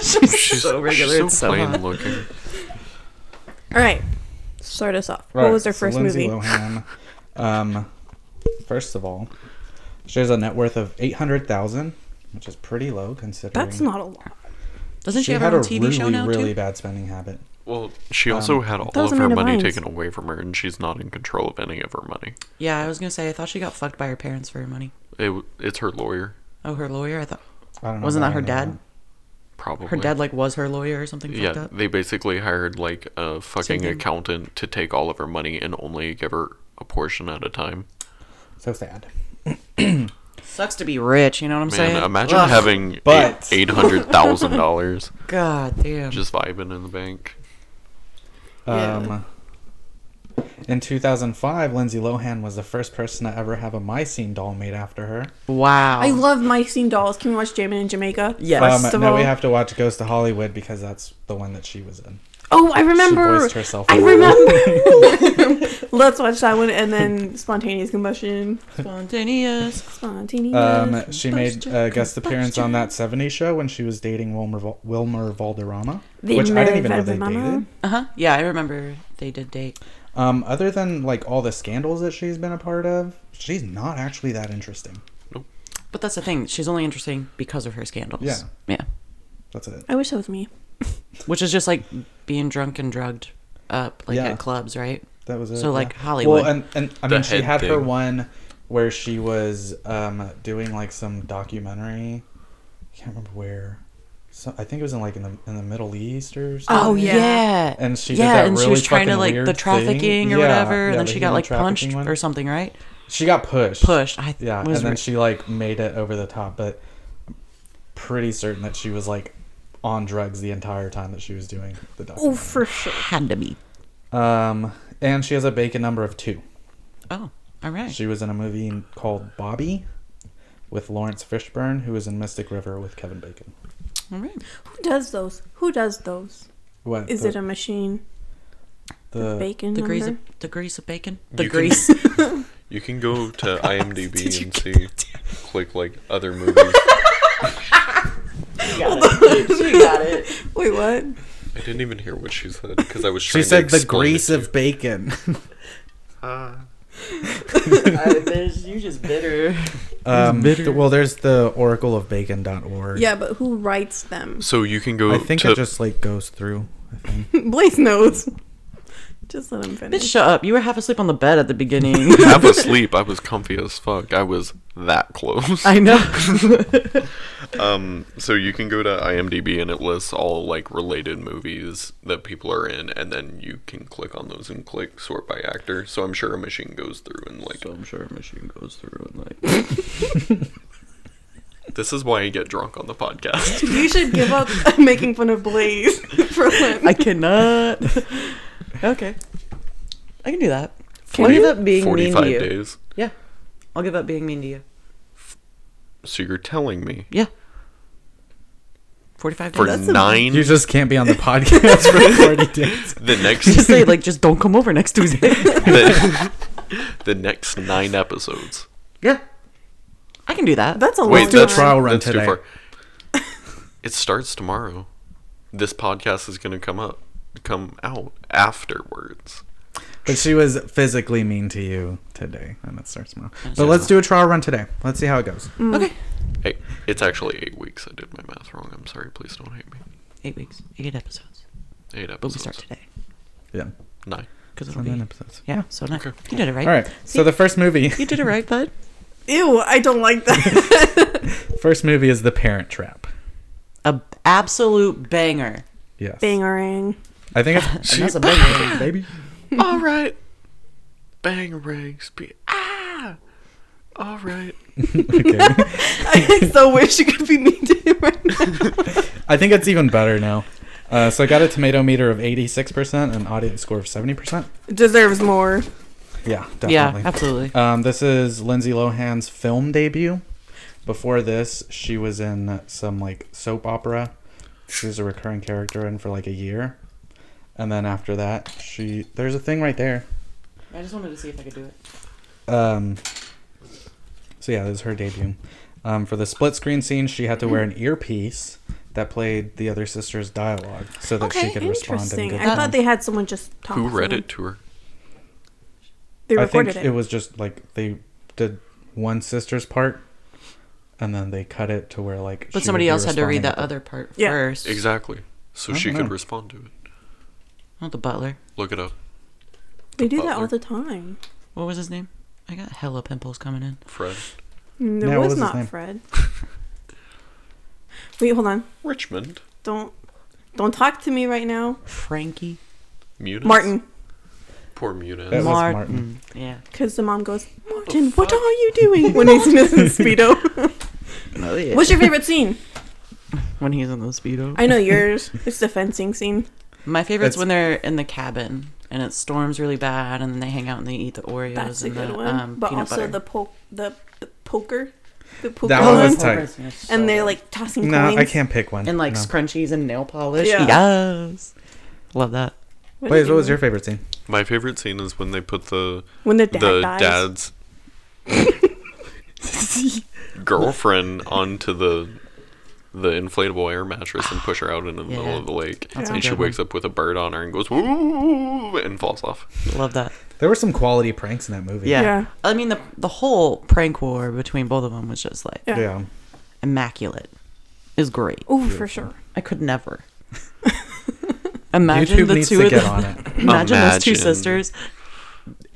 Speaker 4: she's,
Speaker 5: She's
Speaker 4: so regular.
Speaker 5: She's so
Speaker 4: it's so
Speaker 5: plain
Speaker 4: hot.
Speaker 5: looking.
Speaker 3: All right. Start us off. [LAUGHS]
Speaker 2: Right,
Speaker 3: What was their
Speaker 2: so
Speaker 3: first
Speaker 2: Lindsay
Speaker 3: movie?
Speaker 2: Lohan. Um, first of all, she has a net worth of eight hundred thousand, which is pretty low considering.
Speaker 3: That's not a
Speaker 2: Um,
Speaker 3: lot.
Speaker 4: Doesn't she,
Speaker 2: She
Speaker 4: have
Speaker 2: had
Speaker 4: her
Speaker 2: a
Speaker 4: own TV
Speaker 2: really,
Speaker 4: show now
Speaker 2: really
Speaker 4: too?
Speaker 2: bad spending habit.
Speaker 5: Well, she also had all
Speaker 3: was
Speaker 5: of her
Speaker 3: Amanda
Speaker 5: money
Speaker 3: Bynes.
Speaker 5: taken away from her, and she's not in control of any of her money.
Speaker 4: Yeah, I was gonna say. I thought she got fucked by her parents for her money.
Speaker 5: It, w- it's her lawyer,
Speaker 4: Oh, her lawyer. I thought
Speaker 2: I don't know
Speaker 4: wasn't that
Speaker 2: about
Speaker 4: her
Speaker 2: any of
Speaker 4: dad?
Speaker 5: Probably.
Speaker 4: Her dad like was her lawyer or something fucked
Speaker 5: Oh, Yeah,
Speaker 4: up.
Speaker 5: they basically hired like a fucking
Speaker 4: thing.
Speaker 5: accountant to take all of her money and only give her a portion at a time.
Speaker 2: So sad.
Speaker 4: Sucks to be rich, you know what I'm
Speaker 5: Man,
Speaker 4: saying?
Speaker 5: imagine
Speaker 4: Ugh, [LAUGHS]
Speaker 5: having
Speaker 2: But-
Speaker 5: eight hundred thousand dollars [LAUGHS]
Speaker 4: God damn.
Speaker 5: just vibing in the bank.
Speaker 3: Yeah.
Speaker 2: Um, In 2005, Lindsay Lohan was the first person to ever have a Mycene doll made after her.
Speaker 4: wow.
Speaker 3: I love my scene dolls. Can we watch Jamin in Jamaica?
Speaker 4: Yes.
Speaker 3: First
Speaker 2: um,
Speaker 3: of
Speaker 2: no,
Speaker 3: all.
Speaker 2: we have to watch Ghost of Hollywood because that's the one that she was in.
Speaker 3: oh, I remember.
Speaker 2: She voiced herself.
Speaker 3: I remember. [LAUGHS]
Speaker 2: [LAUGHS]
Speaker 3: Let's watch that one and then spontaneous combustion.
Speaker 4: spontaneous.
Speaker 3: Spontaneous.
Speaker 2: Um, she made a
Speaker 3: combustion,
Speaker 2: guest appearance on that
Speaker 3: combustion.
Speaker 2: 70s show when she was dating Wilmer, Val- Wilmer Valderrama,
Speaker 3: The
Speaker 2: which I didn't even know they
Speaker 3: Valderrama?
Speaker 2: dated.
Speaker 4: Uh huh. Yeah, I remember they did date.
Speaker 2: Um, other than like all the scandals that she's been a part of, she's not actually that interesting.
Speaker 4: But that's the thing. She's only interesting because of her scandals.
Speaker 2: Yeah.
Speaker 4: Yeah.
Speaker 2: That's it.
Speaker 3: I wish that was me.
Speaker 4: Which is just like being drunk and drugged up like
Speaker 2: Yeah.
Speaker 4: at clubs, right?
Speaker 2: That was it.
Speaker 4: So, like,
Speaker 2: yeah.
Speaker 4: Hollywood.
Speaker 2: Well, and, and I
Speaker 5: The
Speaker 2: mean, she
Speaker 5: head
Speaker 2: had her
Speaker 5: thing.
Speaker 2: one where she was um, doing like some documentary. I can't remember where. So I think it was in like in the in the Middle East or something.
Speaker 3: Oh, yeah.
Speaker 2: And she did
Speaker 4: yeah,
Speaker 2: that
Speaker 4: and she
Speaker 2: really
Speaker 4: was trying to
Speaker 2: fucking
Speaker 4: like
Speaker 2: weird
Speaker 4: the trafficking
Speaker 2: thing.
Speaker 4: or
Speaker 2: Yeah,
Speaker 4: whatever,
Speaker 2: yeah,
Speaker 4: and then
Speaker 2: the
Speaker 4: she got
Speaker 2: human
Speaker 4: like
Speaker 2: trafficking
Speaker 4: punched
Speaker 2: one.
Speaker 4: or something, right?
Speaker 2: She got pushed.
Speaker 4: Pushed. I
Speaker 2: Yeah,
Speaker 4: was
Speaker 2: and then
Speaker 4: re-
Speaker 2: she like made it over the top, but pretty certain that she was like on drugs the entire time that she was doing the
Speaker 3: Oh,
Speaker 2: documentary.
Speaker 3: for sure.
Speaker 4: had to be.
Speaker 2: Um, and she has a bacon number of two.
Speaker 4: Oh, all right.
Speaker 2: She was in a movie called Bobby with Lawrence Fishburne, who was in Mystic River with Kevin Bacon.
Speaker 4: all right.
Speaker 3: Who does those? Who does those?
Speaker 2: What
Speaker 3: Is
Speaker 2: the,
Speaker 3: it a machine?
Speaker 2: the
Speaker 3: Bacon
Speaker 4: The grease,
Speaker 3: number?
Speaker 4: of, the grease of bacon. The
Speaker 5: You can-
Speaker 4: grease.
Speaker 5: You can go [LAUGHS] to IMDb and see, click like other movies.
Speaker 4: she got it.
Speaker 3: Wait, what?
Speaker 5: I didn't even hear what she said because I was.
Speaker 2: She
Speaker 5: Trying
Speaker 2: said
Speaker 5: to
Speaker 2: the grease of [LAUGHS] bacon.
Speaker 4: Ah. [LAUGHS] you just bitter.
Speaker 2: um, th- well, there's the Oracle of Bacon.org.
Speaker 3: Yeah, but who writes them?
Speaker 5: So you can go.
Speaker 2: I think
Speaker 5: to, [LAUGHS]
Speaker 2: it just like goes through. I
Speaker 3: [LAUGHS]
Speaker 2: think.
Speaker 3: Blaze knows. Just let him
Speaker 4: Bitch,
Speaker 3: finish.
Speaker 4: shut up. You were half asleep on the bed at the beginning. [LAUGHS]
Speaker 5: half asleep. I was comfy as fuck. I was that close.
Speaker 4: I
Speaker 2: [LAUGHS]
Speaker 4: know.
Speaker 5: Um, so you can go to IMDb and it lists all like related movies that people are in, and then you can click on those and click sort by actor. So I'm sure a machine goes through and like
Speaker 4: I'm sure machine goes through and like.
Speaker 5: this is why I get drunk on the
Speaker 2: [LAUGHS]
Speaker 5: podcast. [LAUGHS]
Speaker 3: You should give [LAUGHS] up making fun of Blaze [LAUGHS] for when
Speaker 4: I cannot. okay. I can do that. I'll
Speaker 5: Forty-
Speaker 4: give up being mean
Speaker 5: Forty-five
Speaker 4: to you.
Speaker 5: days.
Speaker 4: Yeah. I'll give up being mean to you.
Speaker 5: So you're telling me
Speaker 4: Yeah. 45
Speaker 5: for
Speaker 4: days.
Speaker 5: nine
Speaker 2: You just can't be on the podcast [LAUGHS] for 40 days.
Speaker 4: [LAUGHS]
Speaker 5: the
Speaker 4: just
Speaker 2: [LAUGHS]
Speaker 5: next
Speaker 4: say, like, just don't come over next
Speaker 5: [LAUGHS]
Speaker 4: Tuesday.
Speaker 5: the, the next nine episodes.
Speaker 4: yeah. I can do that.
Speaker 3: That's a long
Speaker 5: Wait, that's
Speaker 3: time.
Speaker 2: Trial run
Speaker 5: that's
Speaker 2: today.
Speaker 5: Too far. It starts tomorrow. This podcast is gonna come up, come out afterwards.
Speaker 2: But she was physically mean to you today, and it starts tomorrow. But let's do a trial run today. Let's see how it goes.
Speaker 4: okay.
Speaker 5: Hey, it's actually eight weeks. I did my math wrong. I'm sorry. Please don't hate me.
Speaker 4: Eight weeks, eight episodes.
Speaker 5: Eight
Speaker 4: But
Speaker 5: episodes.
Speaker 4: we start today.
Speaker 2: Yeah.
Speaker 5: Nine.
Speaker 4: Because it'll
Speaker 2: So
Speaker 4: be.
Speaker 2: nine episodes.
Speaker 4: Yeah, so no,
Speaker 5: Okay.
Speaker 4: you did it right.
Speaker 2: All right. So the first movie,
Speaker 4: [LAUGHS] You did it right, bud.
Speaker 3: Ew, I don't like [LAUGHS] that.
Speaker 2: [LAUGHS] first movie is The Parent Trap.
Speaker 4: A b- absolute banger.
Speaker 2: Yes.
Speaker 3: Bangering.
Speaker 2: I think
Speaker 4: [LAUGHS]
Speaker 2: it's
Speaker 4: And that's
Speaker 5: [LAUGHS]
Speaker 4: a banger.
Speaker 2: baby.
Speaker 5: All right. Bang ranks. Be- ah. All right.
Speaker 2: Okay. [LAUGHS]
Speaker 3: I so wish you could be mean to him right now.
Speaker 2: I think it's even better now. Uh, so I got a tomato meter of 86% and audience score of 70%.
Speaker 3: [LAUGHS] Deserves more.
Speaker 2: Yeah, definitely.
Speaker 4: Yeah, absolutely.
Speaker 2: Um, this is Lindsay Lohan's film debut. Before this, she was in some like soap opera. She was a recurring character in for like a year. And then after that, she there's a thing right there.
Speaker 4: I just wanted to see if I could do it.
Speaker 2: Um, so yeah, this is her debut. Um, for the split screen scene, she had to wear an earpiece that played the other sister's dialogue so that she
Speaker 4: Okay,
Speaker 2: could respond. And
Speaker 3: Interesting.
Speaker 2: give
Speaker 3: I thought
Speaker 2: them.
Speaker 3: they had someone just talk.
Speaker 5: Who
Speaker 3: to
Speaker 5: read
Speaker 3: them.
Speaker 5: it to her?
Speaker 3: They
Speaker 2: I think
Speaker 3: recorded
Speaker 2: it.
Speaker 3: it.
Speaker 2: was just like they did one sister's part, and then they cut it to where like.
Speaker 4: But
Speaker 2: she would
Speaker 4: somebody
Speaker 2: be
Speaker 4: else had to read
Speaker 2: responding
Speaker 4: that
Speaker 2: to-
Speaker 4: other part
Speaker 3: Yeah.
Speaker 4: first.
Speaker 5: Exactly. So
Speaker 2: I
Speaker 5: she
Speaker 2: don't
Speaker 5: could
Speaker 2: know.
Speaker 5: respond to it.
Speaker 4: Not the butler.
Speaker 5: Look it up.
Speaker 3: They do that
Speaker 5: Butler.
Speaker 3: all the time.
Speaker 4: What was his name? I got hella pimples coming in.
Speaker 5: Fred.
Speaker 3: No,
Speaker 2: Yeah,
Speaker 3: it
Speaker 2: what
Speaker 3: Mm, was
Speaker 2: was his
Speaker 3: not
Speaker 2: name?
Speaker 3: Fred. [LAUGHS] Wait, hold on.
Speaker 5: Richmond.
Speaker 3: Don't don't talk to me right now,
Speaker 4: Frankie
Speaker 5: Munis?
Speaker 3: Martin.
Speaker 5: Poor
Speaker 2: That
Speaker 5: Munis.
Speaker 2: was
Speaker 4: Martin. Mm,
Speaker 2: Martin.
Speaker 4: Yeah.
Speaker 3: Because the mom goes, Martin, what are you doing? When he's in his speedo.
Speaker 4: [LAUGHS] Oh, yeah.
Speaker 3: What's your favorite scene?
Speaker 4: when he's in the speedo.
Speaker 3: I know yours. It's the fencing scene.
Speaker 4: My favorite's
Speaker 2: That's-
Speaker 4: when they're in the cabin and it storms really bad, and then they hang out and they eat the Oreos
Speaker 3: That's a
Speaker 4: and
Speaker 3: good
Speaker 4: the
Speaker 3: one.
Speaker 4: um,
Speaker 3: but
Speaker 4: peanut
Speaker 3: also
Speaker 4: butter.
Speaker 3: the po- the, the poker, the poker
Speaker 2: That
Speaker 3: one.
Speaker 2: one was tight.
Speaker 3: and they're like tossing
Speaker 2: No,
Speaker 3: coins.
Speaker 2: I can't pick one.
Speaker 4: and like
Speaker 2: no.
Speaker 4: scrunchies and nail polish.
Speaker 3: Yeah.
Speaker 4: Yes, love that.
Speaker 3: What
Speaker 2: Wait,
Speaker 3: is
Speaker 2: what was
Speaker 3: it?
Speaker 2: your favorite scene?
Speaker 5: My favorite scene is when they put the
Speaker 3: when the dad
Speaker 5: the
Speaker 3: dies?
Speaker 5: dad's
Speaker 3: [LAUGHS]
Speaker 5: girlfriend onto the the inflatable air mattress and push her out into the middle
Speaker 4: Yeah.
Speaker 5: of the lake.
Speaker 4: That's
Speaker 5: and
Speaker 4: a
Speaker 5: she
Speaker 4: good
Speaker 5: wakes up with a bird on her and goes woo and falls off.
Speaker 4: Love that.
Speaker 2: There were some quality pranks in that movie.
Speaker 4: Yeah.
Speaker 3: Yeah.
Speaker 4: I mean the the whole prank war between both of them was just like
Speaker 3: Yeah.
Speaker 2: Yeah.
Speaker 4: immaculate. Is great.
Speaker 3: Oh, for sure.
Speaker 4: I could [LAUGHS] never. Imagine
Speaker 2: YouTube
Speaker 4: the
Speaker 2: needs
Speaker 4: two
Speaker 2: to
Speaker 4: of
Speaker 2: get
Speaker 4: them-
Speaker 2: on it.
Speaker 4: Imagine those two
Speaker 5: Imagine.
Speaker 4: sisters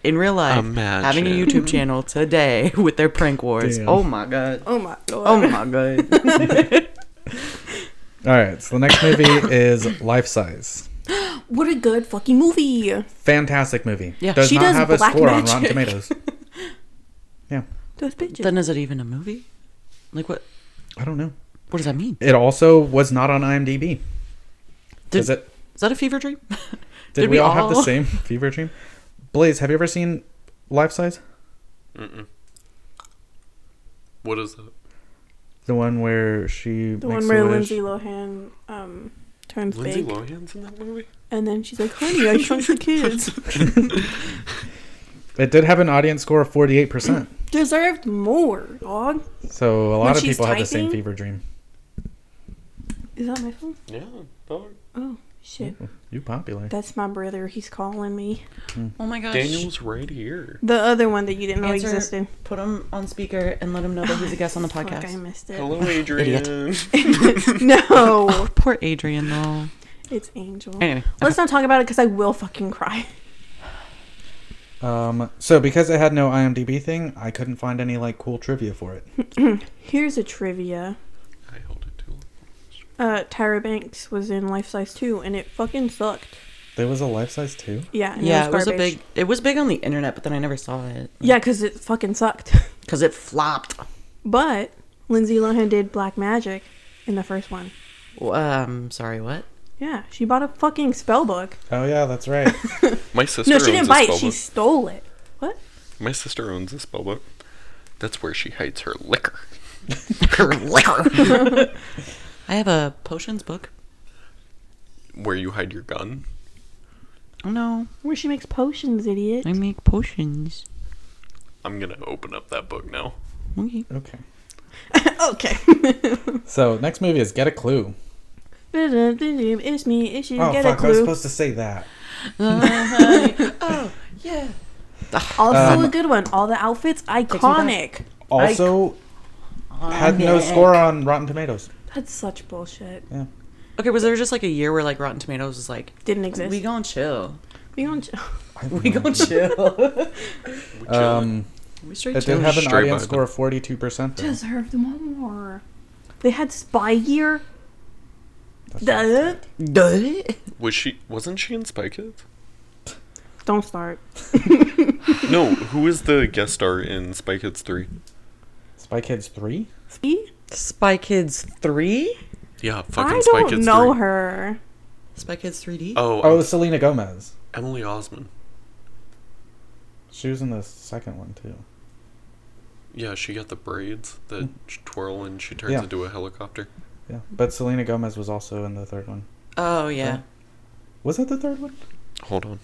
Speaker 4: in real life having a
Speaker 5: Imagine.
Speaker 4: YouTube channel today [LAUGHS] with their prank wars.
Speaker 2: Damn.
Speaker 4: Oh my god.
Speaker 3: Oh my lord.
Speaker 4: Oh my god.
Speaker 2: All right. So the next movie is Life Size.
Speaker 3: What a good fucking movie.
Speaker 2: Fantastic movie.
Speaker 4: Yeah.
Speaker 2: Does
Speaker 3: She
Speaker 2: not
Speaker 3: does
Speaker 2: have a
Speaker 3: black
Speaker 2: score on
Speaker 3: magic.
Speaker 4: [LAUGHS]
Speaker 2: Rotten Tomatoes. yeah.
Speaker 3: Those bitches.
Speaker 4: [LAUGHS] then is it even a movie? Like what?
Speaker 2: I don't know.
Speaker 4: What does that mean?
Speaker 2: It also was not on IMDb.
Speaker 4: Did,
Speaker 2: Is it?
Speaker 4: is that a fever dream? [LAUGHS]
Speaker 2: Did, we, all have the same fever dream? Blaze, have you ever seen Life Size?
Speaker 5: What is that?
Speaker 2: The one where she
Speaker 3: the one
Speaker 2: makes a
Speaker 3: where
Speaker 2: wish?
Speaker 3: Lindsay Lohan um, turns
Speaker 5: Lindsay
Speaker 3: big.
Speaker 5: Lohan's in that movie?
Speaker 3: and then she's like, honey, I shrunk the kids.
Speaker 2: It did have an audience score of
Speaker 3: [CLEARS THROAT]
Speaker 2: 48%.
Speaker 3: Deserved more, dog.
Speaker 2: so a lot
Speaker 3: When
Speaker 2: of
Speaker 3: she's
Speaker 2: people had the same
Speaker 3: typing?
Speaker 2: fever dream.
Speaker 3: Is that my phone?
Speaker 5: Yeah. dog.
Speaker 3: Oh, shit.
Speaker 2: You popular.
Speaker 3: That's my brother. He's calling me.
Speaker 4: Oh my gosh.
Speaker 5: Daniel's right
Speaker 3: [LAUGHS]
Speaker 5: here.
Speaker 3: The other one that you didn't know
Speaker 4: Answer-
Speaker 3: existed.
Speaker 4: Put him on speaker and let him know that he's a guest on the
Speaker 3: Fuck, I
Speaker 4: podcast.
Speaker 3: missed it.
Speaker 5: Hello, Adrian.
Speaker 3: [LAUGHS] No,
Speaker 4: Poor Adrian though.
Speaker 3: it's Angel.
Speaker 4: Anyway,
Speaker 3: Let's not talk about it because I will fucking cry.
Speaker 2: Um, so because it had no IMDb thing, I couldn't find any like cool trivia for
Speaker 3: [LAUGHS]
Speaker 2: it.
Speaker 3: Here's a trivia.
Speaker 5: I held it too long.
Speaker 3: Uh, Tyra Banks was in Life Size 2 and it fucking sucked.
Speaker 2: There was a life size too.
Speaker 3: Yeah, and
Speaker 4: yeah, it was a
Speaker 3: garbage.
Speaker 4: big. It was big on the internet, but then I never saw it
Speaker 3: Yeah, because it fucking sucked. [LAUGHS]
Speaker 4: because it flopped.
Speaker 3: But Lindsay Lohan did black magic in the first one.
Speaker 4: Um, sorry, what?
Speaker 3: Yeah, she bought a fucking spell book.
Speaker 2: Oh yeah, that's
Speaker 3: [LAUGHS]
Speaker 2: right.
Speaker 5: My sister
Speaker 3: No, she didn't
Speaker 5: owns a
Speaker 3: buy it.
Speaker 5: spell
Speaker 3: She
Speaker 5: book.
Speaker 3: stole it. What?
Speaker 5: My sister owns a spell book. That's where she hides her liquor.
Speaker 3: [LAUGHS]
Speaker 4: I have a potions book.
Speaker 5: Where you hide your gun.
Speaker 4: Oh no,
Speaker 3: Where she makes potions, idiot. [LAUGHS]
Speaker 4: I make potions.
Speaker 5: I'm gonna open up that book now.
Speaker 4: Okay.
Speaker 2: okay.
Speaker 3: [LAUGHS] okay.
Speaker 2: So next movie is Get a Clue.
Speaker 3: it's me. It's you.
Speaker 2: oh
Speaker 3: get a
Speaker 2: fuck, I was
Speaker 3: clue.
Speaker 2: supposed to say that.
Speaker 4: Yeah.
Speaker 3: Also
Speaker 2: Um,
Speaker 3: a good one. All the outfits iconic.
Speaker 2: Also, had no score on Rotten Tomatoes.
Speaker 3: That's such bullshit.
Speaker 4: Okay, was there just like a year where like Rotten Tomatoes was like,
Speaker 3: Didn't exist.
Speaker 4: we
Speaker 3: We,
Speaker 4: gon' chill,
Speaker 3: don't.
Speaker 4: [LAUGHS] we gon' chill,
Speaker 2: Um,
Speaker 4: [LAUGHS] we straight
Speaker 2: it
Speaker 4: chill.
Speaker 2: did have an
Speaker 5: Straight
Speaker 2: audience
Speaker 5: by
Speaker 2: score of forty-two
Speaker 3: [LAUGHS]
Speaker 2: percent.
Speaker 3: deserve more. They had Spy Gear. Duh.
Speaker 4: Duh.
Speaker 5: Was she? Wasn't she in Spy Kids?
Speaker 3: Don't start.
Speaker 5: No. Who is the guest star in Spy Kids Three?
Speaker 2: Spy Kids three.
Speaker 3: See?
Speaker 4: Spy Kids three.
Speaker 5: Yeah, fucking
Speaker 3: I
Speaker 5: Spy
Speaker 3: don't
Speaker 5: Kids
Speaker 3: know
Speaker 5: 3.
Speaker 3: her.
Speaker 4: Spy Kids 3D.
Speaker 5: Oh,
Speaker 2: Oh,
Speaker 5: um,
Speaker 2: Selena Gomez.
Speaker 5: Emily Osmond.
Speaker 2: She was in the second one too.
Speaker 5: Yeah, she got the braids that twirl and she turns
Speaker 2: Yeah.
Speaker 5: into a helicopter.
Speaker 2: Yeah, but Selena Gomez was also in the third one.
Speaker 4: Oh yeah,
Speaker 2: Was it the third one?
Speaker 5: Hold on.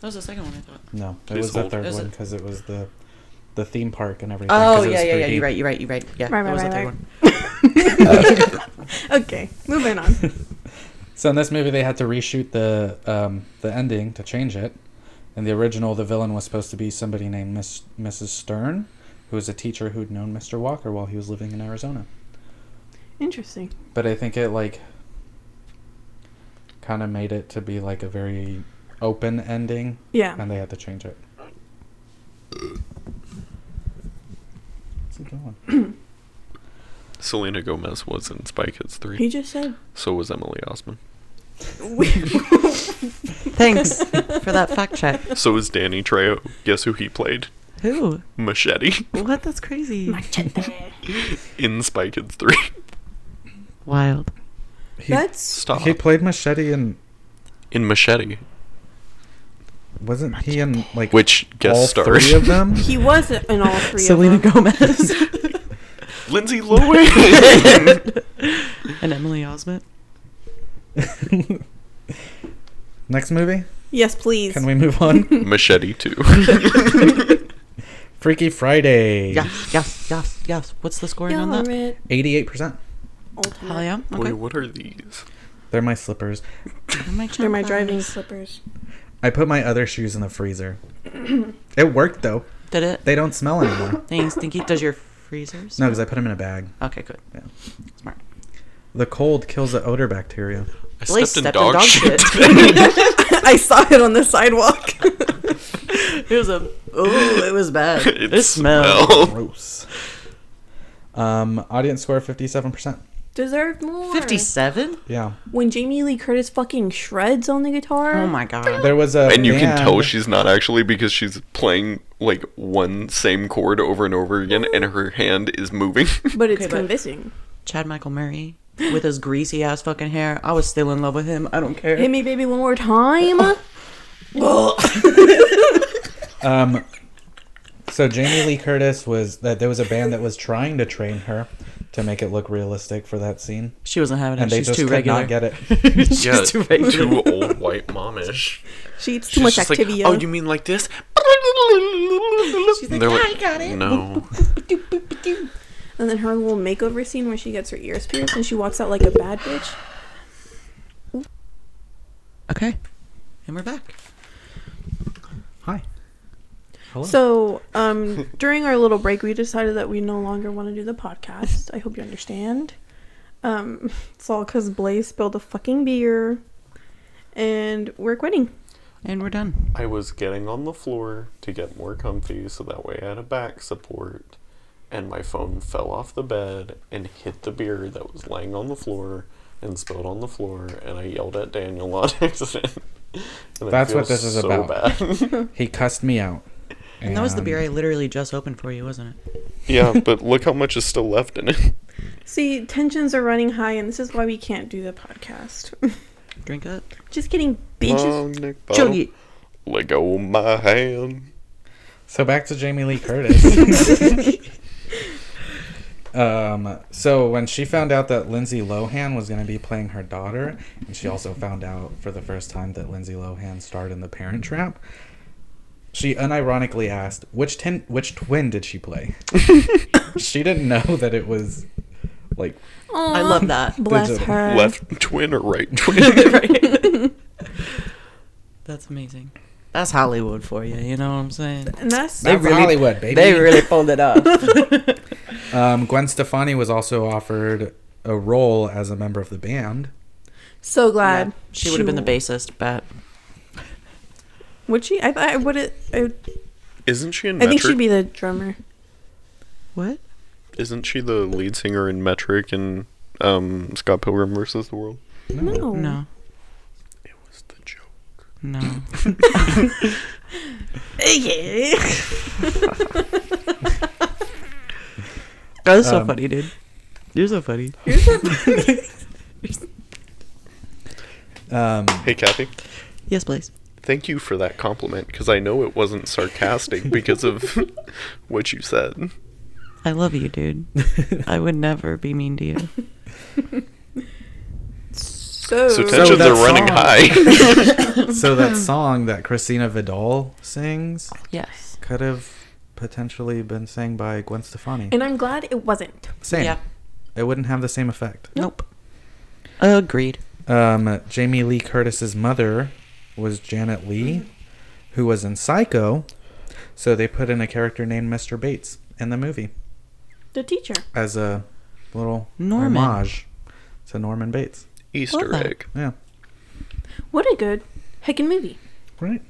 Speaker 4: that was the second one I thought.
Speaker 2: No, it
Speaker 5: Please
Speaker 2: was the
Speaker 5: hold.
Speaker 2: third
Speaker 4: Is
Speaker 2: one
Speaker 4: it-
Speaker 2: because it was the the theme park and everything. 'cause
Speaker 4: Oh
Speaker 2: it was
Speaker 4: yeah, yeah, yeah.
Speaker 2: 3D.
Speaker 4: You're right. You're right. You're right. Yeah,
Speaker 3: Right,
Speaker 4: that
Speaker 3: right,
Speaker 4: was
Speaker 3: right,
Speaker 4: the third
Speaker 3: right.
Speaker 4: one.
Speaker 3: Okay, moving on.
Speaker 2: [LAUGHS] So in this movie, they had to reshoot the um, the ending to change it. In the original, the villain was supposed to be somebody named Miss Mrs. Stern, who was a teacher who'd known Mr. Walker while he was living in Arizona.
Speaker 3: Interesting.
Speaker 2: But I think it like kind of made it to be like a very open ending,
Speaker 3: Yeah.
Speaker 2: and they had to change it. What's it doing?
Speaker 5: Selena Gomez was in Spy Kids 3.
Speaker 3: He just [LAUGHS] said
Speaker 5: So was Emily Osmond.
Speaker 4: [LAUGHS] Thanks for that fact check.
Speaker 5: So was Danny Trejo. Guess who he played?
Speaker 4: Who?
Speaker 3: [LAUGHS]
Speaker 5: Machete
Speaker 4: What? That's crazy.
Speaker 5: in Spy Kids 3.
Speaker 4: Wild.
Speaker 2: He,
Speaker 3: that's
Speaker 5: Stop.
Speaker 2: he played Machete and
Speaker 5: in Machete,
Speaker 2: wasn't he in like
Speaker 5: which guest
Speaker 2: all
Speaker 5: starred
Speaker 2: three of
Speaker 3: [LAUGHS]
Speaker 2: them?
Speaker 3: he was in all three.
Speaker 4: Selena
Speaker 3: of them.
Speaker 4: [LAUGHS] Gomez
Speaker 5: Lindsay
Speaker 3: [LAUGHS]
Speaker 5: Lohan.
Speaker 4: and Emily Osment.
Speaker 2: [LAUGHS] Next movie?
Speaker 3: Yes, please.
Speaker 2: Can we move
Speaker 3: [LAUGHS]
Speaker 2: on?
Speaker 5: [LAUGHS] Machete 2.
Speaker 2: Freaky Friday.
Speaker 4: Yes, yes, yes, yes. What's the scoring on that?
Speaker 3: Yarmit,
Speaker 2: 88%.
Speaker 3: ultimate.
Speaker 4: Hell yeah. Okay.
Speaker 5: Wait, what are these?
Speaker 2: They're my slippers.
Speaker 4: They're my,
Speaker 3: They're my
Speaker 4: chumpas.
Speaker 3: driving slippers.
Speaker 2: I put my other shoes in
Speaker 3: [CLEARS THROAT]
Speaker 2: the freezer. it worked though.
Speaker 4: Did it?
Speaker 2: They don't smell anymore.
Speaker 4: Thanks, Stinky. Does your freezers?
Speaker 2: No, because I put them in a bag.
Speaker 4: Okay, good.
Speaker 2: Yeah.
Speaker 4: Smart.
Speaker 2: The cold kills the odor bacteria.
Speaker 5: I
Speaker 4: Well, I
Speaker 5: stepped, in dog, shit.
Speaker 3: [LAUGHS]
Speaker 5: [LAUGHS]
Speaker 3: I saw it on the [LAUGHS] sidewalk.
Speaker 4: [LAUGHS] it was a. Oh, it was bad.
Speaker 5: [LAUGHS] It
Speaker 4: It, smelled.
Speaker 5: smelled.
Speaker 2: Gross. Um, audience score 57%.
Speaker 3: Deserved more.
Speaker 4: Fifty-seven.
Speaker 2: Yeah.
Speaker 3: When Jamie Lee Curtis fucking shreds on the guitar.
Speaker 4: Oh my god.
Speaker 2: There was a
Speaker 5: And you can tell
Speaker 2: band-
Speaker 5: she's not actually because she's playing like one same chord over and over again and her hand is moving. [LAUGHS]
Speaker 3: But it's
Speaker 4: Okay, but-
Speaker 3: convincing.
Speaker 4: Chad Michael Murray with his greasy ass fucking hair. I was still in love with him. I don't care.
Speaker 3: Hit me, baby, one more time.
Speaker 2: Um, so Jamie Lee Curtis was that there was a band that was trying to train her to make it look realistic for that scene,
Speaker 4: She wasn't having it.
Speaker 2: and they
Speaker 4: She's
Speaker 2: just
Speaker 4: too
Speaker 2: could
Speaker 4: regular.
Speaker 2: not get it.
Speaker 4: [LAUGHS] She's too regular.
Speaker 5: too old white momish.
Speaker 3: she eats too much
Speaker 5: She's just
Speaker 3: activity.
Speaker 5: Like, oh, you mean like this? They're like, I got it. No.
Speaker 3: And then her little makeover scene where she gets her ears pierced and she walks out like a bad bitch.
Speaker 4: Okay. And we're back.
Speaker 2: Hi. Hello.
Speaker 3: So, um, during our little break, we decided that we no longer want to do the podcast. I hope you understand. Um, it's all because Blaze spilled a fucking beer, and we're quitting.
Speaker 4: And we're done.
Speaker 5: I was getting on the floor to get more comfy so that way I had a back support, and my phone fell off the bed and hit the beer that was laying on the floor and spilled on the floor, and I yelled at Daniel [LAUGHS] on accident. And I
Speaker 2: That's
Speaker 5: feel
Speaker 2: what this is about.
Speaker 5: Bad. [LAUGHS]
Speaker 2: he cussed me out. And,
Speaker 4: That was the beer I literally just opened for you, wasn't it?
Speaker 5: yeah, but look how much is still left
Speaker 3: [LAUGHS]
Speaker 5: in it.
Speaker 3: See, tensions are running high, and this is why we can't do the podcast. [LAUGHS]
Speaker 4: Drink up.
Speaker 3: Just kidding, bitches.
Speaker 5: Long neck
Speaker 4: Chug
Speaker 5: bottle,
Speaker 4: it.
Speaker 5: let go of my hand.
Speaker 2: So back to Jamie Lee Curtis. [LAUGHS] um, so when she found out that Lindsay Lohan was going to be playing her daughter, and she also found out for the first time that Lindsay Lohan starred in The Parent Trap, she unironically asked, "Which ten, which twin did she play?" she didn't know that it was like
Speaker 4: I love that.
Speaker 3: Bless
Speaker 2: There's a
Speaker 3: her.
Speaker 5: Left twin or right
Speaker 3: [LAUGHS]
Speaker 4: [LAUGHS]
Speaker 5: twin?
Speaker 4: That's amazing. That's Hollywood for you. You know what I'm saying?
Speaker 3: And that's
Speaker 2: That's
Speaker 4: really-
Speaker 2: Hollywood, baby.
Speaker 4: pulled it up.
Speaker 2: um, Gwen Stefani was also offered a role as a member of the band.
Speaker 3: so glad.
Speaker 4: she would have been the
Speaker 3: baby.
Speaker 4: bassist, but
Speaker 3: Would she? I, I would. I, I
Speaker 5: Isn't she in
Speaker 3: I
Speaker 5: metric?
Speaker 3: think she'd be the drummer.
Speaker 4: what?
Speaker 5: Isn't she the lead singer in Metric and um, Scott Pilgrim versus the World?
Speaker 3: No.
Speaker 4: No,
Speaker 5: It was the joke.
Speaker 4: no.
Speaker 3: [LAUGHS] Yeah.
Speaker 4: [LAUGHS] That's so
Speaker 2: Um,
Speaker 4: funny, dude. You're so funny.
Speaker 2: Um,
Speaker 5: Hey, Kathy.
Speaker 4: Yes, please.
Speaker 5: Thank you for that compliment because I know it wasn't sarcastic because of what you said.
Speaker 4: I love you, dude. I would never be mean to you.
Speaker 3: [LAUGHS] Oh. So,
Speaker 5: So tensions
Speaker 2: that
Speaker 5: are running
Speaker 2: song-
Speaker 5: high.
Speaker 2: so that song that Christina Vidal sings
Speaker 4: [LAUGHS] Yes.
Speaker 2: could have potentially been sang by Gwen Stefani.
Speaker 3: and I'm glad it wasn't.
Speaker 2: Same.
Speaker 4: Yeah.
Speaker 2: It wouldn't have the same effect.
Speaker 4: Nope. Agreed.
Speaker 2: Um, Jamie Lee Curtis's mother was Janet Lee, who was in Psycho. So they put in a character named Mr. Bates in the movie
Speaker 3: The teacher.
Speaker 2: as a little
Speaker 4: Norman.
Speaker 2: homage to Norman Bates.
Speaker 5: Easter
Speaker 4: What?
Speaker 5: egg.
Speaker 2: Yeah.
Speaker 3: What a good heckin' movie.
Speaker 2: Right.